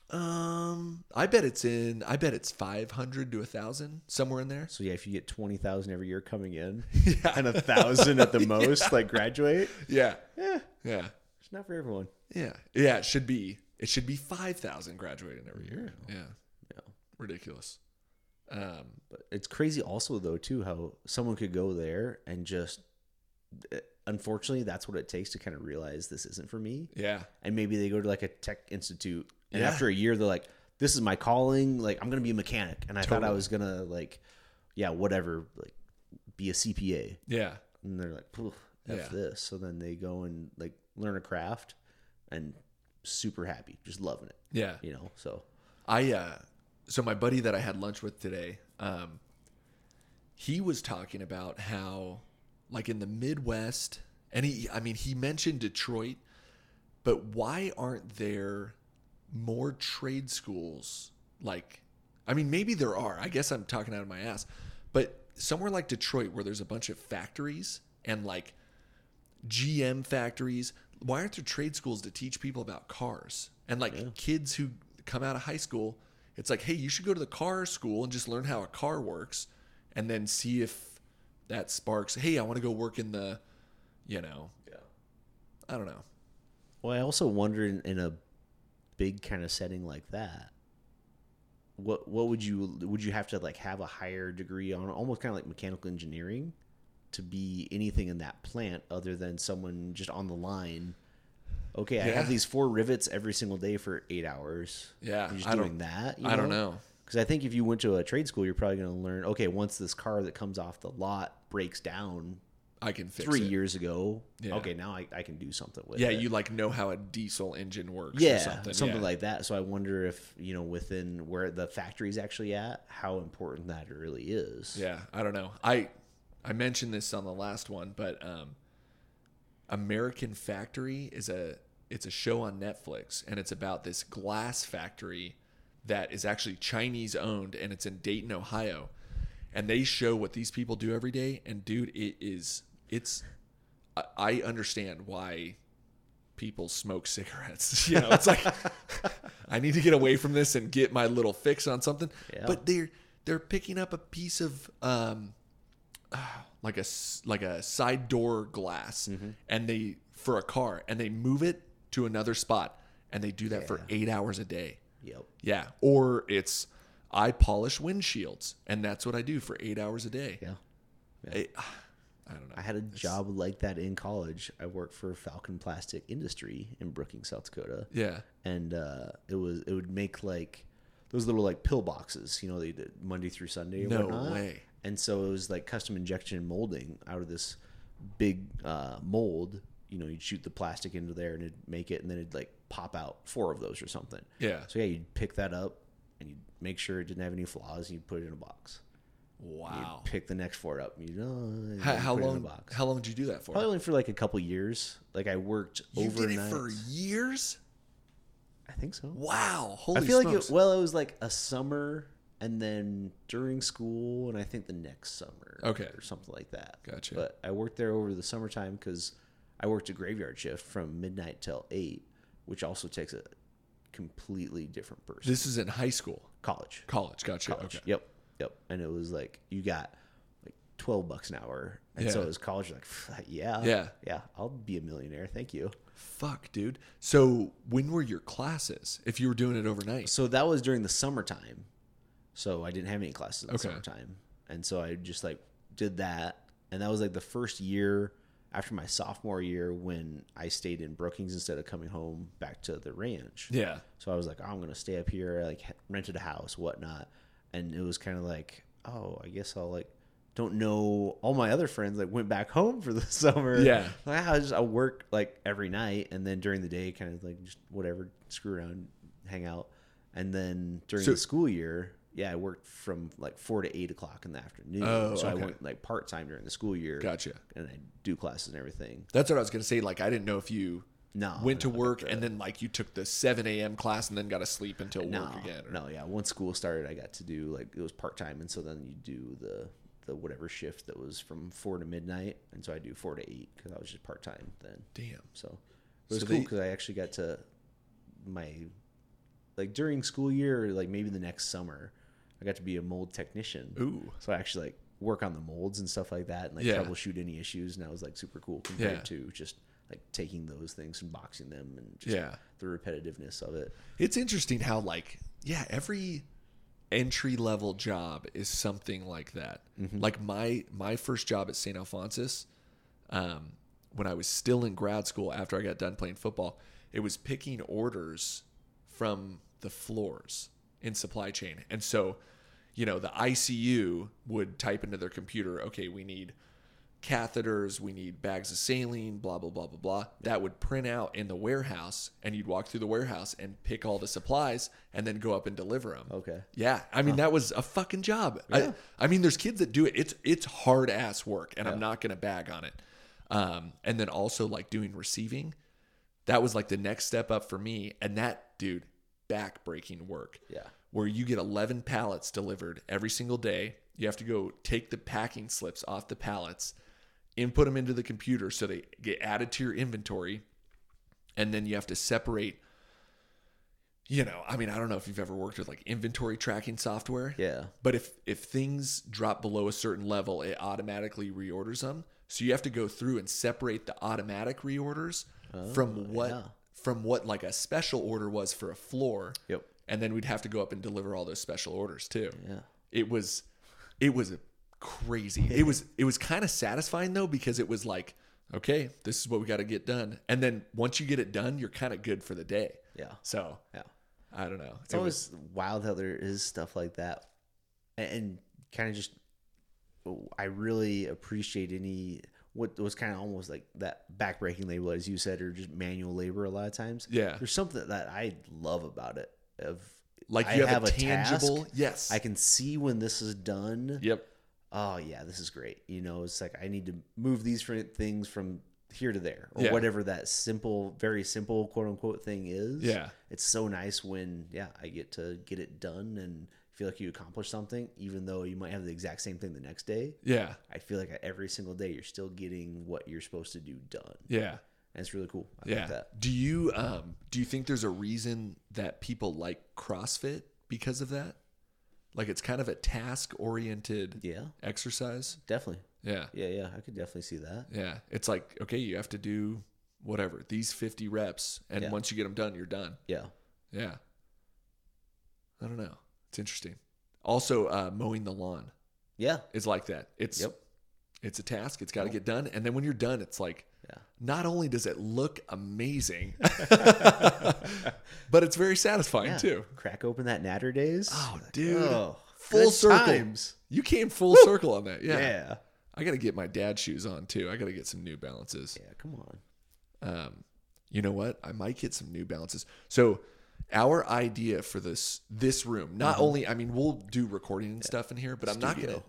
Um, I bet it's in, I bet it's 500 to 1,000, somewhere in there.
So yeah, if you get 20,000 every year coming in,
Yeah.
and a thousand at the most, like graduate,
Yeah.
yeah,
Yeah.
it's not for everyone.
Yeah. Yeah, it should be it should be 5,000 graduating every year. Yeah.
Yeah.
Ridiculous. Um
But it's crazy also though too how someone could go there and just eh, unfortunately that's what it takes to kind of realize this isn't for me.
yeah.
And maybe they go to like a tech institute and
Yeah.
after a year they're like this is my calling, like I'm going to be a mechanic and I thought I
Totally.
was going to like yeah, whatever, like be a CPA.
Yeah.
And they're like poof, F
Yeah.
this. So then they go and like learn a craft and super happy, just loving it,
Yeah.
you know. So
I uh so my buddy that I had lunch with today, um he was talking about how like in the Midwest and he I mean he mentioned Detroit, but why aren't there more trade schools like I mean maybe there are. I guess I'm talking out of my ass. But somewhere like Detroit where there's a bunch of factories and like GM factories. Why aren't there trade schools to teach people about cars? And like kids who come out of high school, it's like, hey, you should go to the car school and just learn how a car works and then see if that sparks, hey, I want to go work in the, you know,
yeah.
I don't know.
Well, I also wonder in, in a big kind of setting like that, what what would you would you have to like have a higher degree on almost kind of like mechanical engineering to be anything in that plant other than someone just on the line. Okay, I have
Yeah.
these four rivets every single day for eight hours.
Yeah,
You're just
I don't-
doing that.
I don't know.
Because I think if you went to a trade school, you're probably going to learn. Okay, once this car that comes off the lot breaks down
I can fix
three
it.
years ago,
Yeah.
okay, now I, I can do something with
Yeah,
it.
you like know how a diesel engine works.
yeah,
or something, yeah.
like that. So I wonder if you know within where the factory's actually at, how important that really is.
Yeah, I don't know. I I mentioned this on the last one, but um, American Factory is a it's a show on Netflix, and it's about this glass factory that is actually Chinese owned, and it's in Dayton, Ohio, and they show what these people do every day. And dude, it is it's I, I understand why people smoke cigarettes. You know, it's like I need to get away from this and get my little fix on something.
Yeah.
But they're they're picking up a piece of um, ah, like a s- like a side door glass,
Mm-hmm.
and they for a car, and they move it to another spot, and they do that for eight hours a day.
Yep.
Yeah, or it's I polish windshields, and that's what I do for eight hours a day.
Yeah.
I, I don't know.
I had a job like that in college. I worked for Falcon Plastic Industry in Brookings, South Dakota.
yeah,
and uh, it was it would make like those little like pill boxes, you know, they did Monday through Sunday. Or
No
whatnot.
way.
And so it was like custom injection and molding out of this big uh, mold. You know, you'd shoot the plastic into there and it'd make it, and then it'd like pop out four of those or something.
yeah.
So yeah, you'd pick that up and you'd make sure it didn't have any flaws, and you'd put it in a box.
Wow.
Pick the next four up, and you'd, uh,
Oh. How,
you'd
how
put it in a
long?
box.
How long did you do that for?
Probably only for like a couple years. Like I worked
you
overnight.
did it for years.
I think so.
Wow. Holy
I feel like
smokes.
it, well, it was like a summer and then during school, and I think the next summer,
Okay.
or something like that.
Gotcha.
But I worked there over the summertime because I worked a graveyard shift from midnight till eight, which also takes a completely different person.
This is in high school,
college,
college. Gotcha.
college.
Okay.
Yep, yep. And it was like you got like twelve bucks an hour, and so
Yeah.
it was college. Like, yeah,
Yeah.
yeah. I'll be a millionaire. Thank you.
Fuck, dude. So when were your classes? If you were doing it overnight.
So that was during the summertime. So I didn't have any classes in the
Okay.
summertime. And so I just like did that. And that was like the first year after my sophomore year when I stayed in Brookings instead of coming home back to the ranch.
Yeah.
So I was like, oh, I'm gonna stay up here. I like ha- rented a house, whatnot, and it was kind of like, oh, I guess I'll like don't know all my other friends like went back home for the summer.
Yeah.
like, "Ah, I just I work like every night, and then during the day, kind of like just whatever, screw around, hang out, and then during
So-
the school year. Yeah, I worked from like four to eight o'clock in the afternoon.
Oh,
so I
okay.
went like part time during the school year.
Gotcha.
And I do classes and everything.
That's what I was gonna say. Like I didn't know if you
No.
went to
no,
work and then like you took the seven a.m. class and then got to sleep until
no,
work again. or-
No, yeah. Once school started, I got to do like it was part time, and so then you do the the whatever shift that was from four to midnight, and so I do four to eight because I was just part time then.
Damn.
So it was
So
cool
they-
because I actually got to my like during school year, or like maybe the next summer, I got to be a mold technician.
Ooh.
So I actually like work on the molds and stuff like that, and like
Yeah.
troubleshoot any issues, and that was like super cool compared
Yeah.
to just like taking those things and boxing them and just
Yeah.
the repetitiveness of it.
It's interesting how like yeah every entry level job is something like that. Like my my first job at St. Alphonsus, um, when I was still in grad school after I got done playing football, it was picking orders from the floors in supply chain. And so, you know, the ICU would type into their computer, okay, we need catheters, we need bags of saline, blah, blah, blah, blah, blah. That would print out in the warehouse, and you'd walk through the warehouse and pick all the supplies and then go up and deliver them.
Okay.
Yeah, I mean that was a fucking job. I, I mean, there's kids that do it. It's it's hard ass work, and I'm not gonna bag on it. Um, and then also like doing receiving, that was like the next step up for me. And that dude, back breaking work.
Yeah.
Where you get 11 pallets delivered every single day. You have to go take the packing slips off the pallets, input them into the computer so they get added to your inventory, and then you have to separate you know i mean i don't know if you've ever worked with like inventory tracking software
Yeah.
but if if things drop below a certain level it automatically reorders them so you have to go through and separate the automatic reorders from what
Oh, yeah.
from what like a special order was for a floor
Yep.
and then we'd have to go up and deliver all those special orders too
Yeah.
it was it was a crazy. It was it was kind of satisfying though because it was like, okay, this is what we got to get done. And then once you get it done, you're kind of good for the day.
Yeah.
So
Yeah.
I don't know.
It's always wild how there is stuff like that, and, and kind of just I really appreciate any what was kind of almost like that backbreaking labor, as you said, or just manual labor. A lot of times,
Yeah.
there's something that I love about it. Of
like
I
you have,
have
a
a
tangible.
task.
Yes.
I can see when this is done.
yep.
Oh yeah, this is great. You know, it's like I need to move these fr- things from here to there, or
Yeah.
whatever that simple, very simple quote unquote thing is
Yeah.
it's so nice when yeah i get to get it done and feel like you accomplished something even though you might have the exact same thing the next day
Yeah.
i feel like every single day you're still getting what you're supposed to do done
Yeah.
and it's really cool i
Yeah.
like that
Do you um do you think there's a reason that people like CrossFit because of that? Like it's kind of a task oriented
yeah
exercise.
definitely
Yeah.
yeah yeah i could definitely see that
Yeah. It's like, okay, you have to do whatever, these 50 reps. And
Yeah.
once you get them done, you're done.
yeah
Yeah. I don't know. It's interesting. Also, uh, mowing the lawn
yeah
is like that. It's,
Yep.
it's a task. It's got to get done. And then when you're done, it's like,
Yeah.
not only does it look amazing, but it's very satisfying
yeah
too.
crack open that natter days
Oh,
Like,
dude.
oh,
Full
good
circle.
times.
You came full circle on that. Yeah.
yeah yeah,
I got to get my dad shoes on too. I got to get some new balances.
come on
um, you know what? I might get some New Balances. So our idea for this this room, not only I mean we'll do recording and stuff in here, but I'm not gonna
Studio.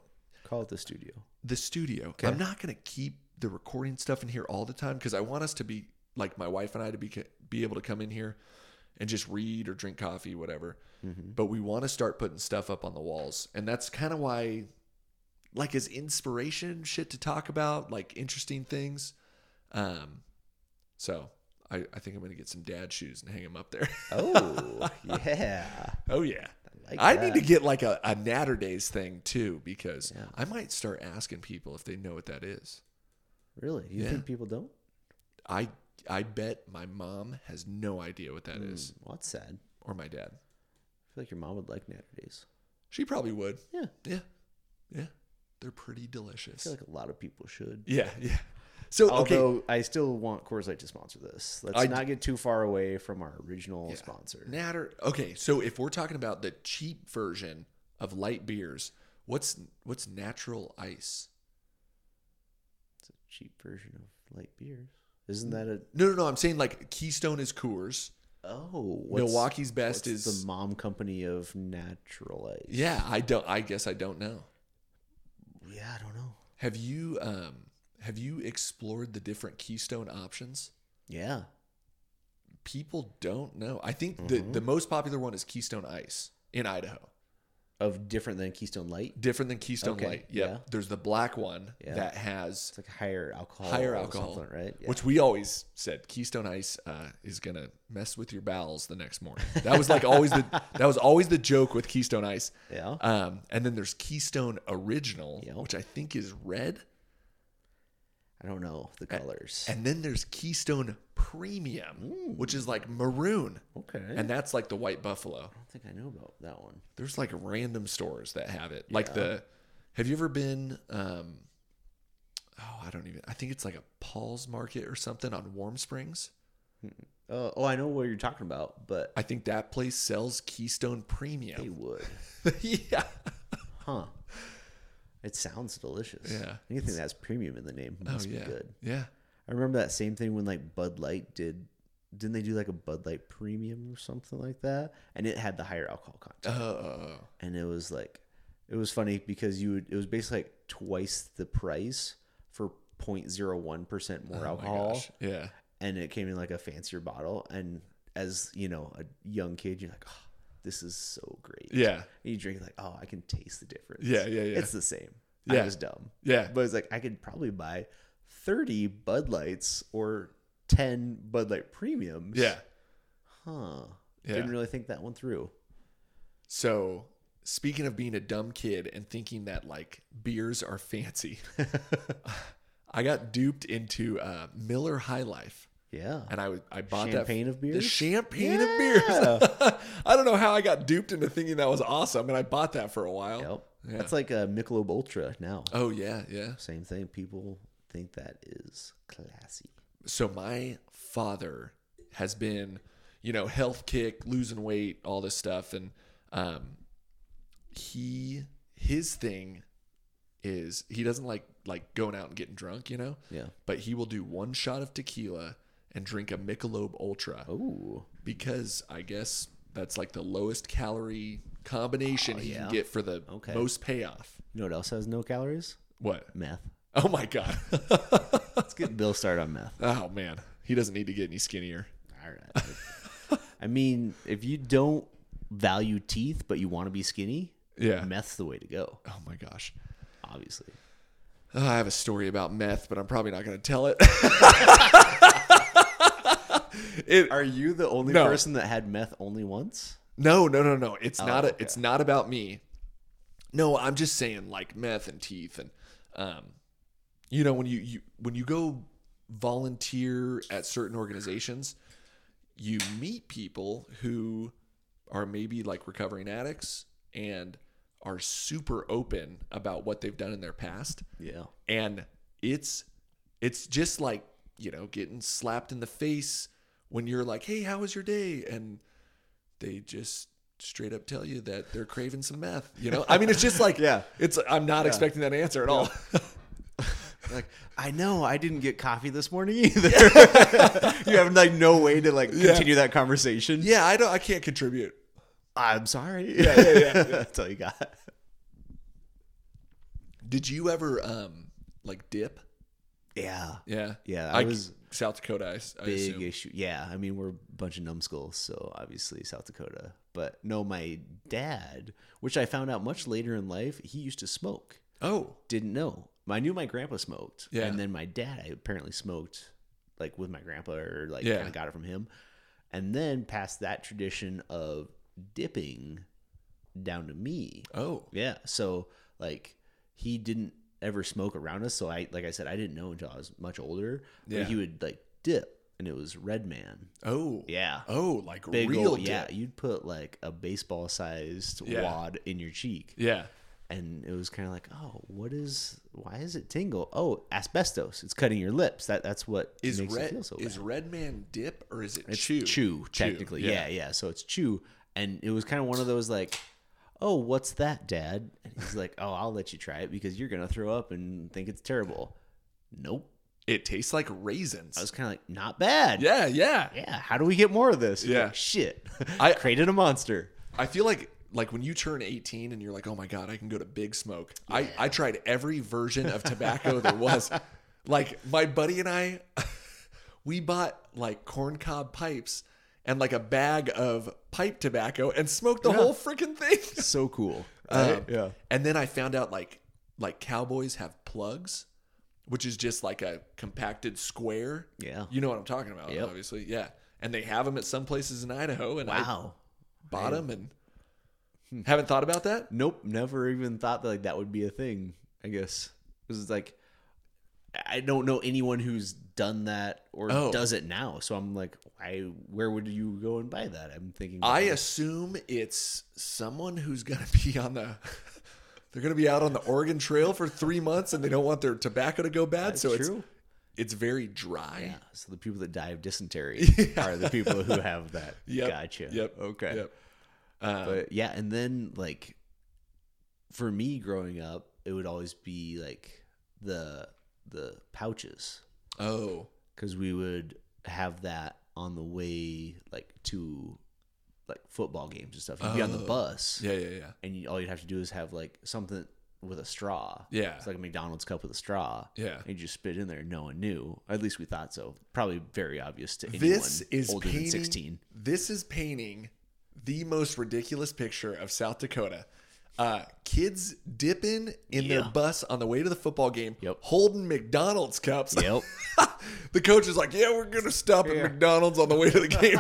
call it the studio
the studio. I'm not gonna keep the recording stuff in here all the time because I want us to be like my wife and I to be be able to come in here and just read or drink coffee, whatever. But we want to start putting stuff up on the walls, and that's kind of why, like, as inspiration, shit to talk about, like interesting things. Um, so I, I think I'm gonna get some dad shoes and hang them up there.
oh yeah
oh yeah.
like
I need to
that.
get like a, a Natter Days thing too because I might start asking people if they know what that is.
really you
Yeah.
think people don't
I I bet my mom has no idea what that is,
well that's sad
or my dad.
I feel like your mom would like natter days.
She probably would.
Yeah.
Yeah, yeah, they're pretty
I
delicious.
feel like a lot of people should.
yeah, yeah. So Oh, okay,
Although I still want Coors Light to sponsor this. Let's
I-
not get too far away from our original
Yeah.
sponsor.
Natter. Okay, so if we're talking about the cheap version of light beers, what's what's natural ice?
It's a cheap version of light beers. Isn't that a
No, no, no. I'm saying like Keystone is Coors,
oh
Milwaukee's Best
what's
is
the mom company of Natural Light?
yeah. I don't. I guess I don't know.
yeah, I don't know.
Have you um have you explored the different Keystone options?
Yeah,
People don't know. I think
Mm-hmm.
the the most popular one is Keystone Ice in Idaho.
of different than Keystone Light.
Different than Keystone
Okay,
Light. Yep.
yeah.
There's the black one
Yeah.
that has
It's like higher alcohol,
higher
or
alcohol,
Oh, something, right? Yeah.
Which we always said Keystone Ice uh, is gonna mess with your bowels the next morning. That was like always the that was always the joke with Keystone Ice.
yeah,
Um, and then there's Keystone Original,
Yeah.
which I think is red,
I don't know the colors.
and then there's Keystone Premium, which is like maroon,
okay,
and that's like the White Buffalo.
I don't think I know about that one.
There's like random stores that have it, like the. Have you ever been? Um, oh, I don't even. I think it's like a Paul's Market or something on Warm Springs.
Uh, oh, I know what you're talking about, but
I think that place sells Keystone
they
Premium. Oh,
would.
yeah.
Huh. It sounds delicious.
Yeah. Oh,
Anything that has premium in the name must
yeah.
be good.
Yeah.
I remember that same thing when like Bud Light did didn't they do like a Bud Light premium or something like that? And it had the higher alcohol content.
Oh.
And it was like it was funny because you would it was basically like twice the price for 0.01% more
Oh my
alcohol
gosh. Yeah.
and it came in like a fancier bottle and as you know a young kid you're like oh, this is so great
Yeah.
and you drink it like oh i can taste the difference
Yeah, yeah, yeah.
it's the same yeah
Yeah.
i was dumb
Yeah.
but it's like i could probably buy 30 bud lights or 10 bud light premiums
Yeah.
huh
Yeah.
didn't really think that one through
So, speaking of being a dumb kid and thinking that like beers are fancy, I got duped into uh, Miller High Life.
yeah
And I was I bought
Champagne
that
of beers?
The champagne
Yeah.
of beers. I don't know how I got duped into thinking that was awesome, and I bought that for a while.
Yep.
Yeah.
That's like a Michelob Ultra now.
oh yeah, yeah.
Same thing. People think that is classy.
so my father has been you know health kick losing weight all this stuff and um he his thing is he doesn't like like going out and getting drunk you know
Yeah.
but he will do one shot of tequila and drink a Michelob Ultra
Oh,
because I guess that's like the lowest calorie combination he
Oh, yeah.
can get for the
Okay.
most payoff.
you know what else has no calories?
What?
Meth.
Oh my god!
Let's get Bill started on meth.
oh man, he doesn't need to get any skinnier.
All right. I mean, if you don't value teeth but you want to be skinny,
Yeah.
meth's the way to go.
Oh my gosh.
Obviously.
Uh, I have a story about meth, but I'm probably not going to tell it. it
Are you the only
No.
person that had meth only once?
no, no, no, no. It's not. A,
okay.
It's not about me. No, I'm just saying like meth and teeth and, um, you know when you, you when you go volunteer at certain organizations, you meet people who are maybe like recovering addicts and are super open about what they've done in their past.
Yeah.
and it's it's just like you know getting slapped in the face when you're like hey how was your day and they just straight up tell you that they're craving some meth you know i mean it's just like
Yeah.
it's i'm not expecting that answer at all
Like, I know I didn't get coffee this morning either. you have like no way to like continue that conversation.
yeah i don't i can't contribute
I'm sorry. Yeah, yeah, yeah. That's all you got.
did you ever um like dip
Yeah.
yeah
Yeah, I
c-
was
south dakota i, s- I
big
assume
issue. Yeah, I mean we're a bunch of numbskulls, so obviously South Dakota. But no, my dad, which I found out much later in life, he used to smoke.
oh
Didn't know. I knew my grandpa smoked,
Yeah.
and then my dad apparently smoked, like with my grandpa, or like
Yeah.
kind of got it from him, and then passed that tradition of dipping down to me.
oh
Yeah. So like he didn't ever smoke around us. So I like I said, I didn't know until I was much older. But
Yeah.
he would like dip and it was red man.
oh
Yeah.
oh like
Big
real
old,
dip.
yeah. You'd put like a baseball sized
Yeah.
wad in your cheek.
yeah
And it was kind of like, oh, what is? Why is it tingle? Oh, asbestos. It's cutting your lips. That that's what
is
makes it
red
feel so bad
is red man dip or is it
it's
chew
technically yeah. yeah so it's chew and it was kind of one of those like oh what's that dad and he's like oh i'll let you try it because you're gonna throw up and think it's terrible nope
It tastes like raisins.
i was kind of like not bad
yeah, yeah.
yeah how do we get more of this He's
Yeah.
like, shit i
I-
created a monster
I feel like like when you turn 18 and you're like, "Oh my god, I can go to Big Smoke." I I tried every version of tobacco there was. Like my buddy and I we bought like corncob pipes and like a bag of pipe tobacco and smoked the whole freaking thing.
so cool
Um,
yeah
And then I found out like like cowboys have plugs, which is just like a compacted square.
Yeah.
You know what I'm talking about,
Yep.
obviously. Yeah. And they have them at some places in Idaho and I
wow Hmm.
bought them and haven't thought about that.
Nope, never even thought that like that would be a thing. I guess because it's like I don't know anyone who's done that or
Oh.
does it now. So I'm like, I where would you go and buy that? I'm thinking. oh,
I assume it's someone who's going to be on the they're going to be out on the Oregon Trail for 3 months and they don't want their tobacco to go bad, so it's it's very dry.
yeah. So the people that die of dysentery are the people who have that.
Yep.
Gotcha.
Yep.
Okay.
Yep. Uh,
But yeah, and then like for me growing up, it would always be like the the pouches.
Oh.
because we would have that on the way like to like football games and stuff. You'd be on the
Oh.
bus,
Yeah, yeah, yeah.
and you, all you'd have to do is have like something with a straw.
Yeah.
it's like a McDonald's cup with a straw.
Yeah.
and you just spit in there. No one knew. At least we thought so. Probably very obvious to anyone
This is
older
painting,
than sixteen.
This is painting the most ridiculous picture of South Dakota. Uh, kids dipping in their
Yeah.
bus on the way to the football game,
Yep.
holding McDonald's cups.
Yep.
the coach is like, "Yeah, we're gonna stop at McDonald's on the way to the game."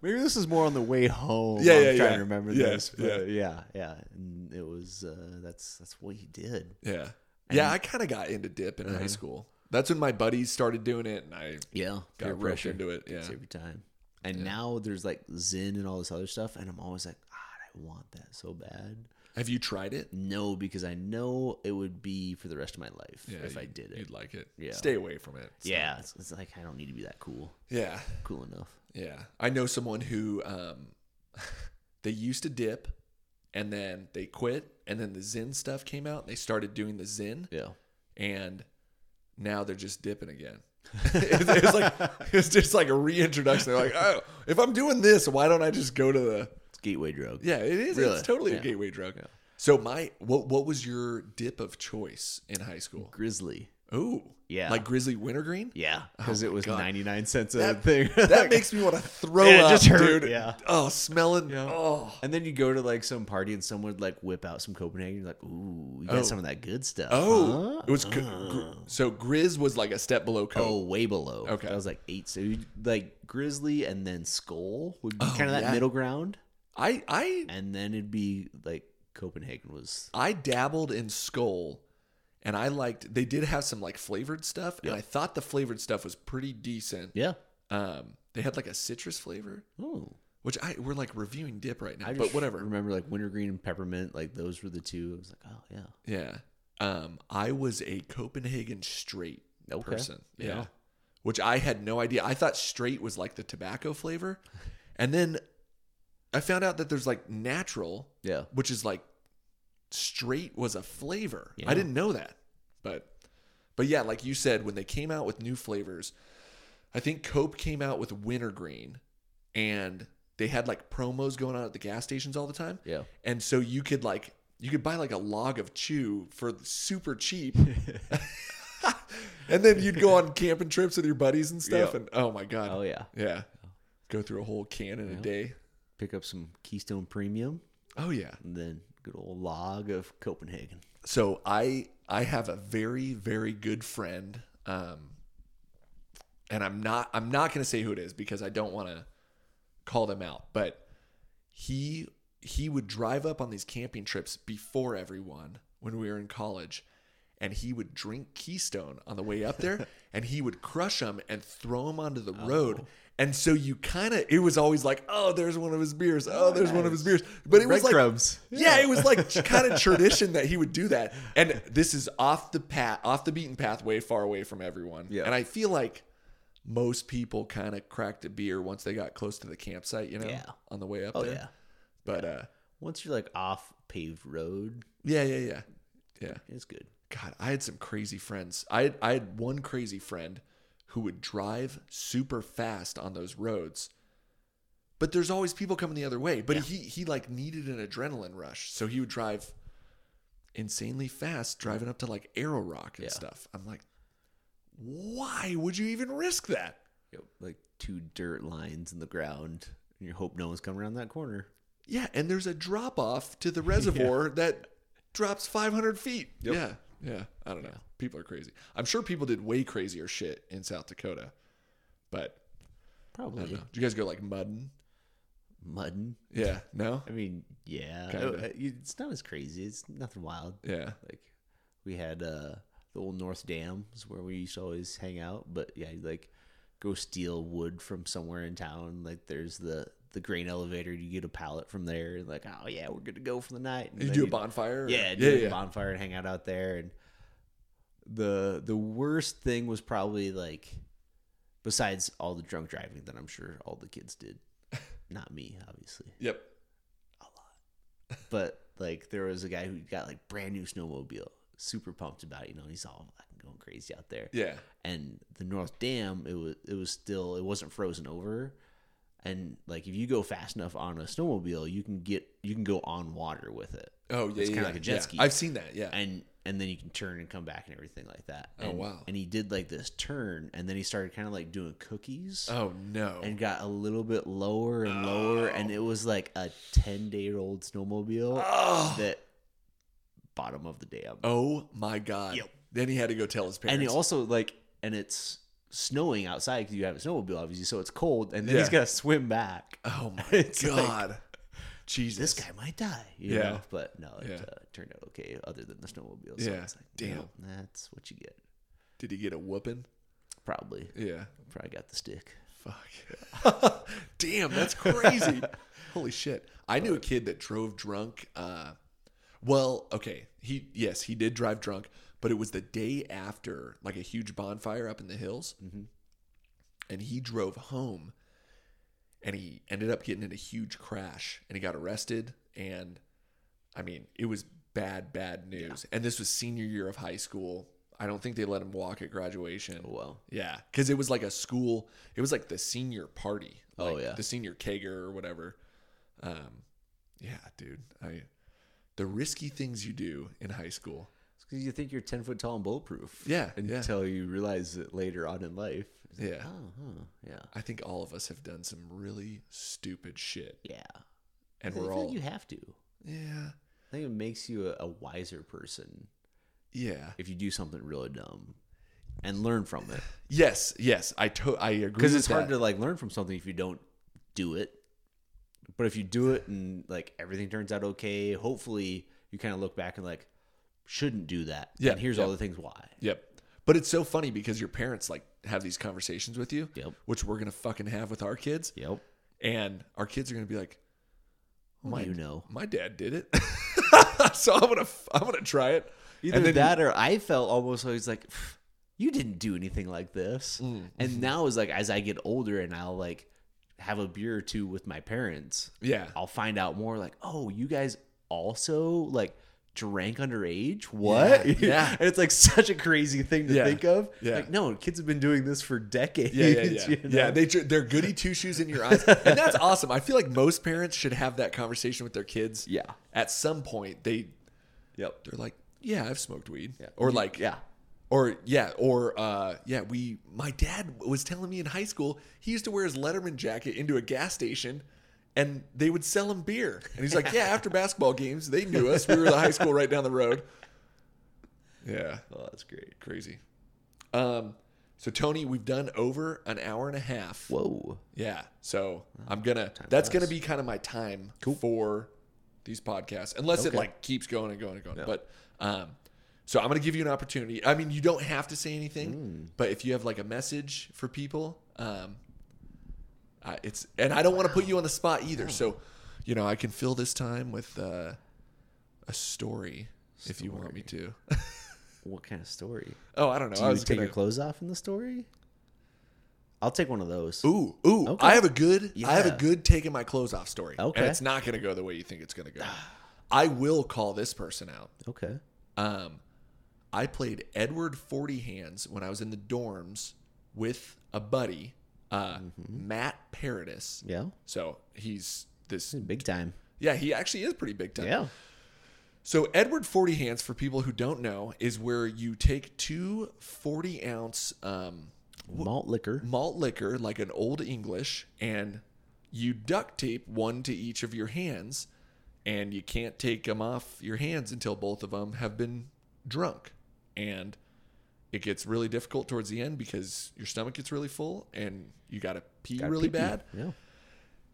Maybe this is more on the way home.
Yeah,
I'm
yeah,
trying
yeah.
to remember
Yeah,
this. But yeah, yeah, And it was uh, that's that's what he did.
yeah, yeah. I kind of got into dip in
Uh-huh.
high school. That's when my buddies started doing it, and I
Yeah,
got
peer
roped into it. Yeah,
It's every time. And now there's like Zen and all this other stuff, and I'm always like, God, I want that so bad.
Have you tried it?
No, because I know it would be for the rest of my life if I
you-
did it.
you'd like it.
Yeah.
Stay away from it. It's
Yeah, it's, it's like I don't need to be that cool.
not- Yeah.
Cool enough.
Yeah. I know someone who um, they used to dip and then they quit and then the Zen stuff came out. They started doing the Zen
Yeah.
and now they're just dipping again. it's, it's like it's just like a reintroduction. They're like, oh, if I'm doing this, why don't I just go to the?
It's gateway drug.
Yeah, it is.
Really?
It's totally
Yeah.
a gateway drug. So my what what was your dip of choice in high school?
Grizzly.
Ooh,
Yeah.
like grizzly wintergreen.
Yeah, because it was
Oh God.
99 cents a
That-
thing.
That makes me want to throw
Yeah, it
up,
just hurt,
dude.
yeah.
Oh, smelling. Oh,
and then you go to like some party and someone would like whip out some Copenhagen. You're like, ooh, you got
Oh.
some of that good stuff.
oh.
huh?"
It was gr- gr- so Grizz was like a step below Coke.
Oh, way below.
Okay.
that was like eight. So you, like Grizzly and then Skull would be kind of that
yeah.
middle ground,
I I
and then it'd be like Copenhagen was
I dabbled in Skull, and I liked. They did have some like flavored stuff, and I thought the flavored stuff was pretty decent.
yeah.
Um, they had like a citrus flavor,
Oh,
which I we're like reviewing dip right now,
I
but
just
whatever.
Remember like wintergreen and peppermint, like those were the two. I was like, oh yeah,
Yeah. Um, I was a Copenhagen straight
Okay.
person. Yeah.
Yeah.
Which I had no idea. I thought straight was like the tobacco flavor. And then I found out that there's like natural,
yeah.
which is like straight was a flavor.
Yeah.
I didn't know that. But but yeah, like you said, when they came out with new flavors, I think Cope came out with wintergreen and they had like promos going on at the gas stations all the time.
Yeah.
And so you could like you could buy like a log of chew for super cheap. and then you'd go on camping trips with your buddies and stuff
Yeah.
and oh my god.
Oh yeah.
yeah. Go through a whole can in a day.
Pick up some Keystone Premium.
Oh yeah.
and then good old log of Copenhagen.
so I I have a very very good friend, um, and I'm not I'm not gonna say who it is because I don't want to call them out. But he he would drive up on these camping trips before everyone when we were in college, and he would drink Keystone on the way up there, and he would crush them and throw them onto the road. And so you kind of it was always like, oh, there's one of his beers. Oh, there's one of his beers. But it was like yeah, it was like kind of tradition that he would do that. And this is off the path, off the beaten pathway, far away from everyone.
Yeah.
And I feel like most people kind of cracked a beer once they got close to the campsite, you know,
Yeah.
on the way up
Oh
there.
yeah.
But uh,
Once you're like off paved road,
yeah, yeah, yeah, yeah.
it's good.
God, I had some crazy friends. I had, I had one crazy friend who would drive super fast on those roads. But there's always people coming the other way. But he he like needed an adrenaline rush, so he would drive insanely fast, driving up to like Arrow Rock and
Yeah.
stuff. I'm like, why would you even risk that?
Yep. Like two dirt lines in the ground, and you hope no one's coming around that corner.
Yeah, and there's a drop off to the reservoir that drops 500 feet. Yeah, yeah. I don't know. People are crazy. I'm sure people did way crazier shit in South Dakota, but I don't
Probably
know. Did you guys go like mudding?
mudding.
Yeah. No.
I mean, yeah,
Kinda.
Uh, you- it's not as crazy. It's nothing wild.
Yeah.
Like we had uh, the old North Dam is where we used to always hang out. But yeah, you, like go steal wood from somewhere in town. Like there's the the grain elevator. You get a pallet from there. And like oh yeah, we're good to go for the night. And
You
then
do a bonfire? or-
Yeah, do
Yeah.
like a
yeah.
bonfire and hang out out there. And the the worst thing was probably like besides all the drunk driving that I'm sure all the kids did. Not me, obviously
Yep.
but like there was a guy who got like brand new snowmobile super pumped about it you know he's all fucking going crazy out there
Yeah.
and the north dam it was it was still it wasn't frozen over and like if you go fast enough on a snowmobile you can get you can go on water with it
Oh yeah.
It's
yeah,
kinda
yeah.
like a jet
yeah.
ski.
I've seen that. Yeah.
and and then you can turn and come back and everything like that
Oh,
And-
wow.
and he did like this turn and then he started kind of like doing cookies
oh no.
and got a little bit lower and lower and it was like a 10 day old snowmobile
oh.
that bottom of the dam.
oh my god.
Yep.
Then he had to go tell his parents.
and he also like, and it's snowing outside because you have a snowmobile, obviously, so it's cold, and then he's
Yeah.
gotta swim back.
oh my
It's like,
god. Jesus.
This guy might die, you
Yeah.
know. But no, it
Yeah.
uh, turned out okay, other than the snowmobile. So
Yeah.
it's like,
Damn.
well, that's what you get.
Did he get a whooping?
Probably,
Yeah.
probably got the stick.
Fuck. Damn, that's crazy. Holy shit. I knew a kid that drove drunk. Uh, Well, okay. He yes, he did drive drunk, but it was the day after like a huge bonfire up in the hills. And he drove home and he ended up getting in a huge crash and he got arrested and I mean, it was bad bad news. And this was senior year of high school. I don't think they let him walk at graduation.
Oh, Well,
Yeah, because it was like a school. It was like the senior party.
Oh,
like
yeah.
the senior kegger or whatever. Um, yeah, dude. I the risky things you do in high school.
because you think you're ten foot tall and bulletproof.
Yeah, yeah.
Until you realize it later on in life. It's like,
Yeah.
Oh, huh, yeah.
I think all of us have done some really stupid shit,
Yeah.
and
I
we're
feel
all
like you have to. I
yeah,
think it makes you a, a wiser person
yeah,
if you do something really dumb and learn from it.
yes, yes. I to I agree
Because
with
it's hard
that.
to like learn from something if you don't do it. But if you do it and like everything turns out okay, hopefully you kind of look back and like shouldn't do that.
Yeah,
And here's
yeah.
all the things why.
Yep. But it's so funny because your parents like have these conversations with you,
Yep.
which we're gonna fucking have with our kids,
Yep.
and our kids are gonna be like,
What do you know?
my dad did it, so I'm gonna I'm gonna try it.
Either
and then
that or I felt almost always like "Pff, you didn't do anything like this.
Mm,
And
mm-hmm.
now is like as I get older and I'll like have a beer or two with my parents,
yeah,
I'll find out more like, oh, you guys also like drank underage? What?
Yeah, yeah.
and it's like such a crazy thing to
Yeah,
think of.
yeah.
Like, no, kids have been doing this for decades.
yeah, yeah, yeah.
you know?
yeah they tr- they're goody two shoes in your eyes, and that's awesome. I feel like most parents should have that conversation with their kids.
Yeah.
at some point they
Yep.
they're like, yeah, I've smoked weed, or like,
Yeah.
or yeah, or uh, yeah, we. My dad was telling me in high school he used to wear his Letterman jacket into a gas station. And they would sell him beer, and he's like, "Yeah, after basketball games, they knew us. We were the high school right down the road." Yeah,
Oh, that's great.
crazy. Um, so Tony, we've done over an hour and a half.
Whoa.
Yeah, so I'm gonna. That's
flies.
gonna be kind of my time for these podcasts, unless it
Okay.
like keeps going and going and going. But um, so I'm gonna give you an opportunity. I mean, you don't have to say anything,
Mm.
but if you have like a message for people, um, I, it's and I don't want to put you on the spot either. So, you know, I can fill this time with uh, a story, if you want me to.
What kind of story?
oh, I don't know.
Do
I
you
was
take
gonna.
your clothes off in the story? I'll take one of those.
Ooh, ooh!
Okay.
I have a good, I have a
Yeah.
good taking my clothes off story.
Okay.
and it's not going to go the way you think it's going to go. I will call this person out.
Okay.
Um, I played Edward Forty Hands when I was in the dorms with a buddy, uh, Matt Paradis.
Mm-hmm. Yeah.
So he's this.
Big time.
Yeah, he actually is pretty big time.
Yeah.
So Edward Forty Hands, for people who don't know, is where you take two 40 ounce um,
Malt liquor.
malt liquor like an old English, and you duct tape one to each of your hands, and you can't take them off your hands until both of them have been drunk. And it gets really difficult towards the end because your stomach gets really full and you got to pee really
pee-pee.
bad.
Yeah.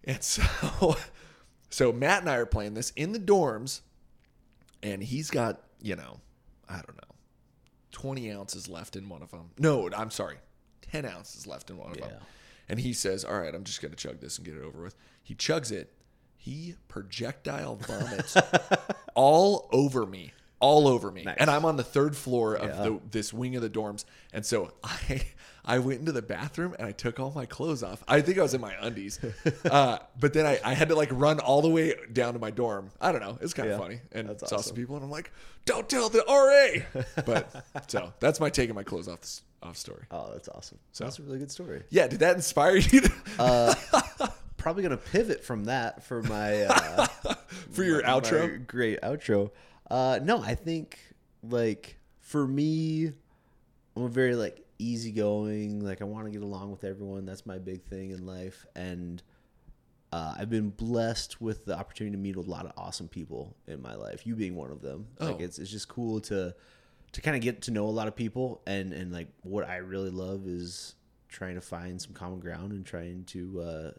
And so, so Matt and I are playing this in the dorms, and he's got you know, I don't know, twenty ounces left in one of them. No, I'm sorry, ten ounces left in one of them.
Yeah.
And he says, "All right, I'm just gonna chug this and get it over with." He chugs it. He projectile vomits all over me, all over me, and I'm on the third floor of the, this wing of the dorms. And so I, I went into the bathroom and I took all my clothes off. I think I was in my undies, uh, but then I, I had to like run all the way down to my dorm. I don't know. It's kind of
Yeah,
funny, and
that's
saw some
awesome.
people, and I'm like, "Don't tell the RA." But so that's my taking my clothes off this off story.
Oh, that's awesome. that's a really good story.
Yeah, did that inspire you to,
Uh, Probably gonna pivot from that for my uh,
for your
my
outro?
great outro. Uh, no, I think like for me, I'm a very like easygoing. Like I want to get along with everyone. That's my big thing in life, and uh, I've been blessed with the opportunity to meet a lot of awesome people in my life. You being one of them.
Oh.
Like it's it's just cool to to kind of get to know a lot of people, and and like what I really love is trying to find some common ground and trying to uh,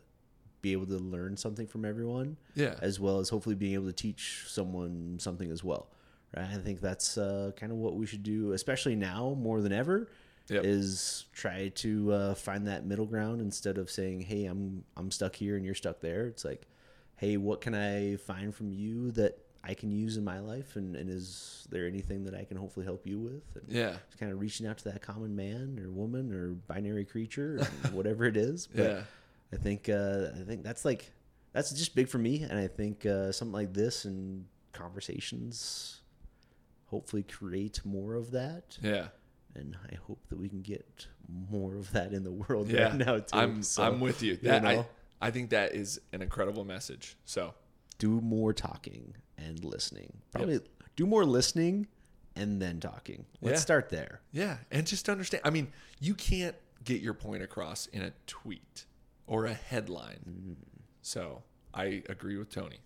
be able to learn something from everyone
Yeah.
as well as hopefully being able to teach someone something as well. Right? I think that's uh, kind of what we should do, especially now more than ever,
Yep.
is try to uh, find that middle ground instead of saying, "Hey, I'm I'm stuck here and you're stuck there." It's like, "Hey, what can I find from you that I can use in my life, and, and is there anything that I can hopefully help you with? And
Yeah.
just kind of reaching out to that common man or woman or binary creature, or whatever it is. But
Yeah.
I think uh, I think that's like that's just big for me, and I think uh, something like this and conversations hopefully create more of that,
Yeah.
and I hope that we can get more of that in the world
Yeah.
right now too.
I'm
So,
I'm with you. That
know.
I I think that is an incredible message. So
do more talking and listening. Probably do more listening and then talking. Let's
Yeah.
start there.
yeah, and just understand. I mean, you can't get your point across in a tweet or a headline.
Mm.
So I agree with Tony.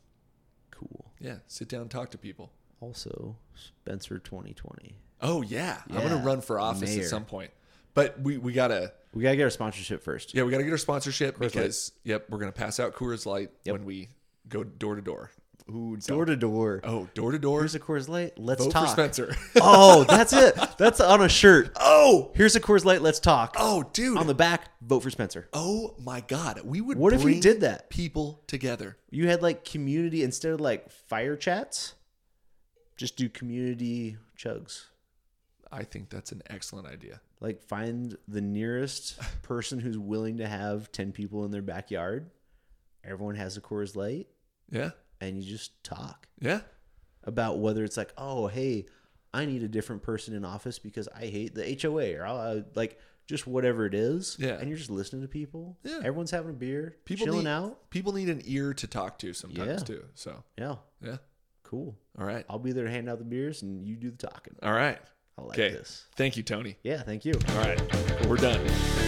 Cool.
Yeah, sit down, talk to people.
Also, Spencer 2020.
Oh yeah, I'm gonna
Yeah,
run for office
mayor.
at some point. But we we gotta
We gotta get our sponsorship first.
yeah we gotta get our sponsorship
Light.
because yep we're gonna pass out Coors Light
Yep.
when we go door to door.
Ooh, door to door.
Oh, door to door.
Here's a Coors Light. Let's
Vote for
talk.
Spencer.
oh, that's it. That's on a shirt.
oh
Here's a Coors Light. Let's talk.
oh dude.
On the back, vote for Spencer.
Oh my God. We would
What if we
bring
did that?
people together.
You had like community instead of like fire chats. Just do community chugs.
I think that's an excellent idea.
like find the nearest person who's willing to have 10 people in their backyard everyone has a Coors Light
Yeah.
and you just talk
Yeah.
about whether it's like oh hey I need a different person in office because I hate the HOA or uh, like just whatever it is
Yeah.
and you're just listening to people
Yeah.
everyone's having a beer
People
chilling
need-
out
People need an ear to talk to sometimes
Yeah.
too. So
yeah
yeah.
cool
All right.
I'll be there to hand out the beers and you do the talking
All right.
I like
Okay.
this
Thank you, Tony.
yeah thank you
All right. We're done.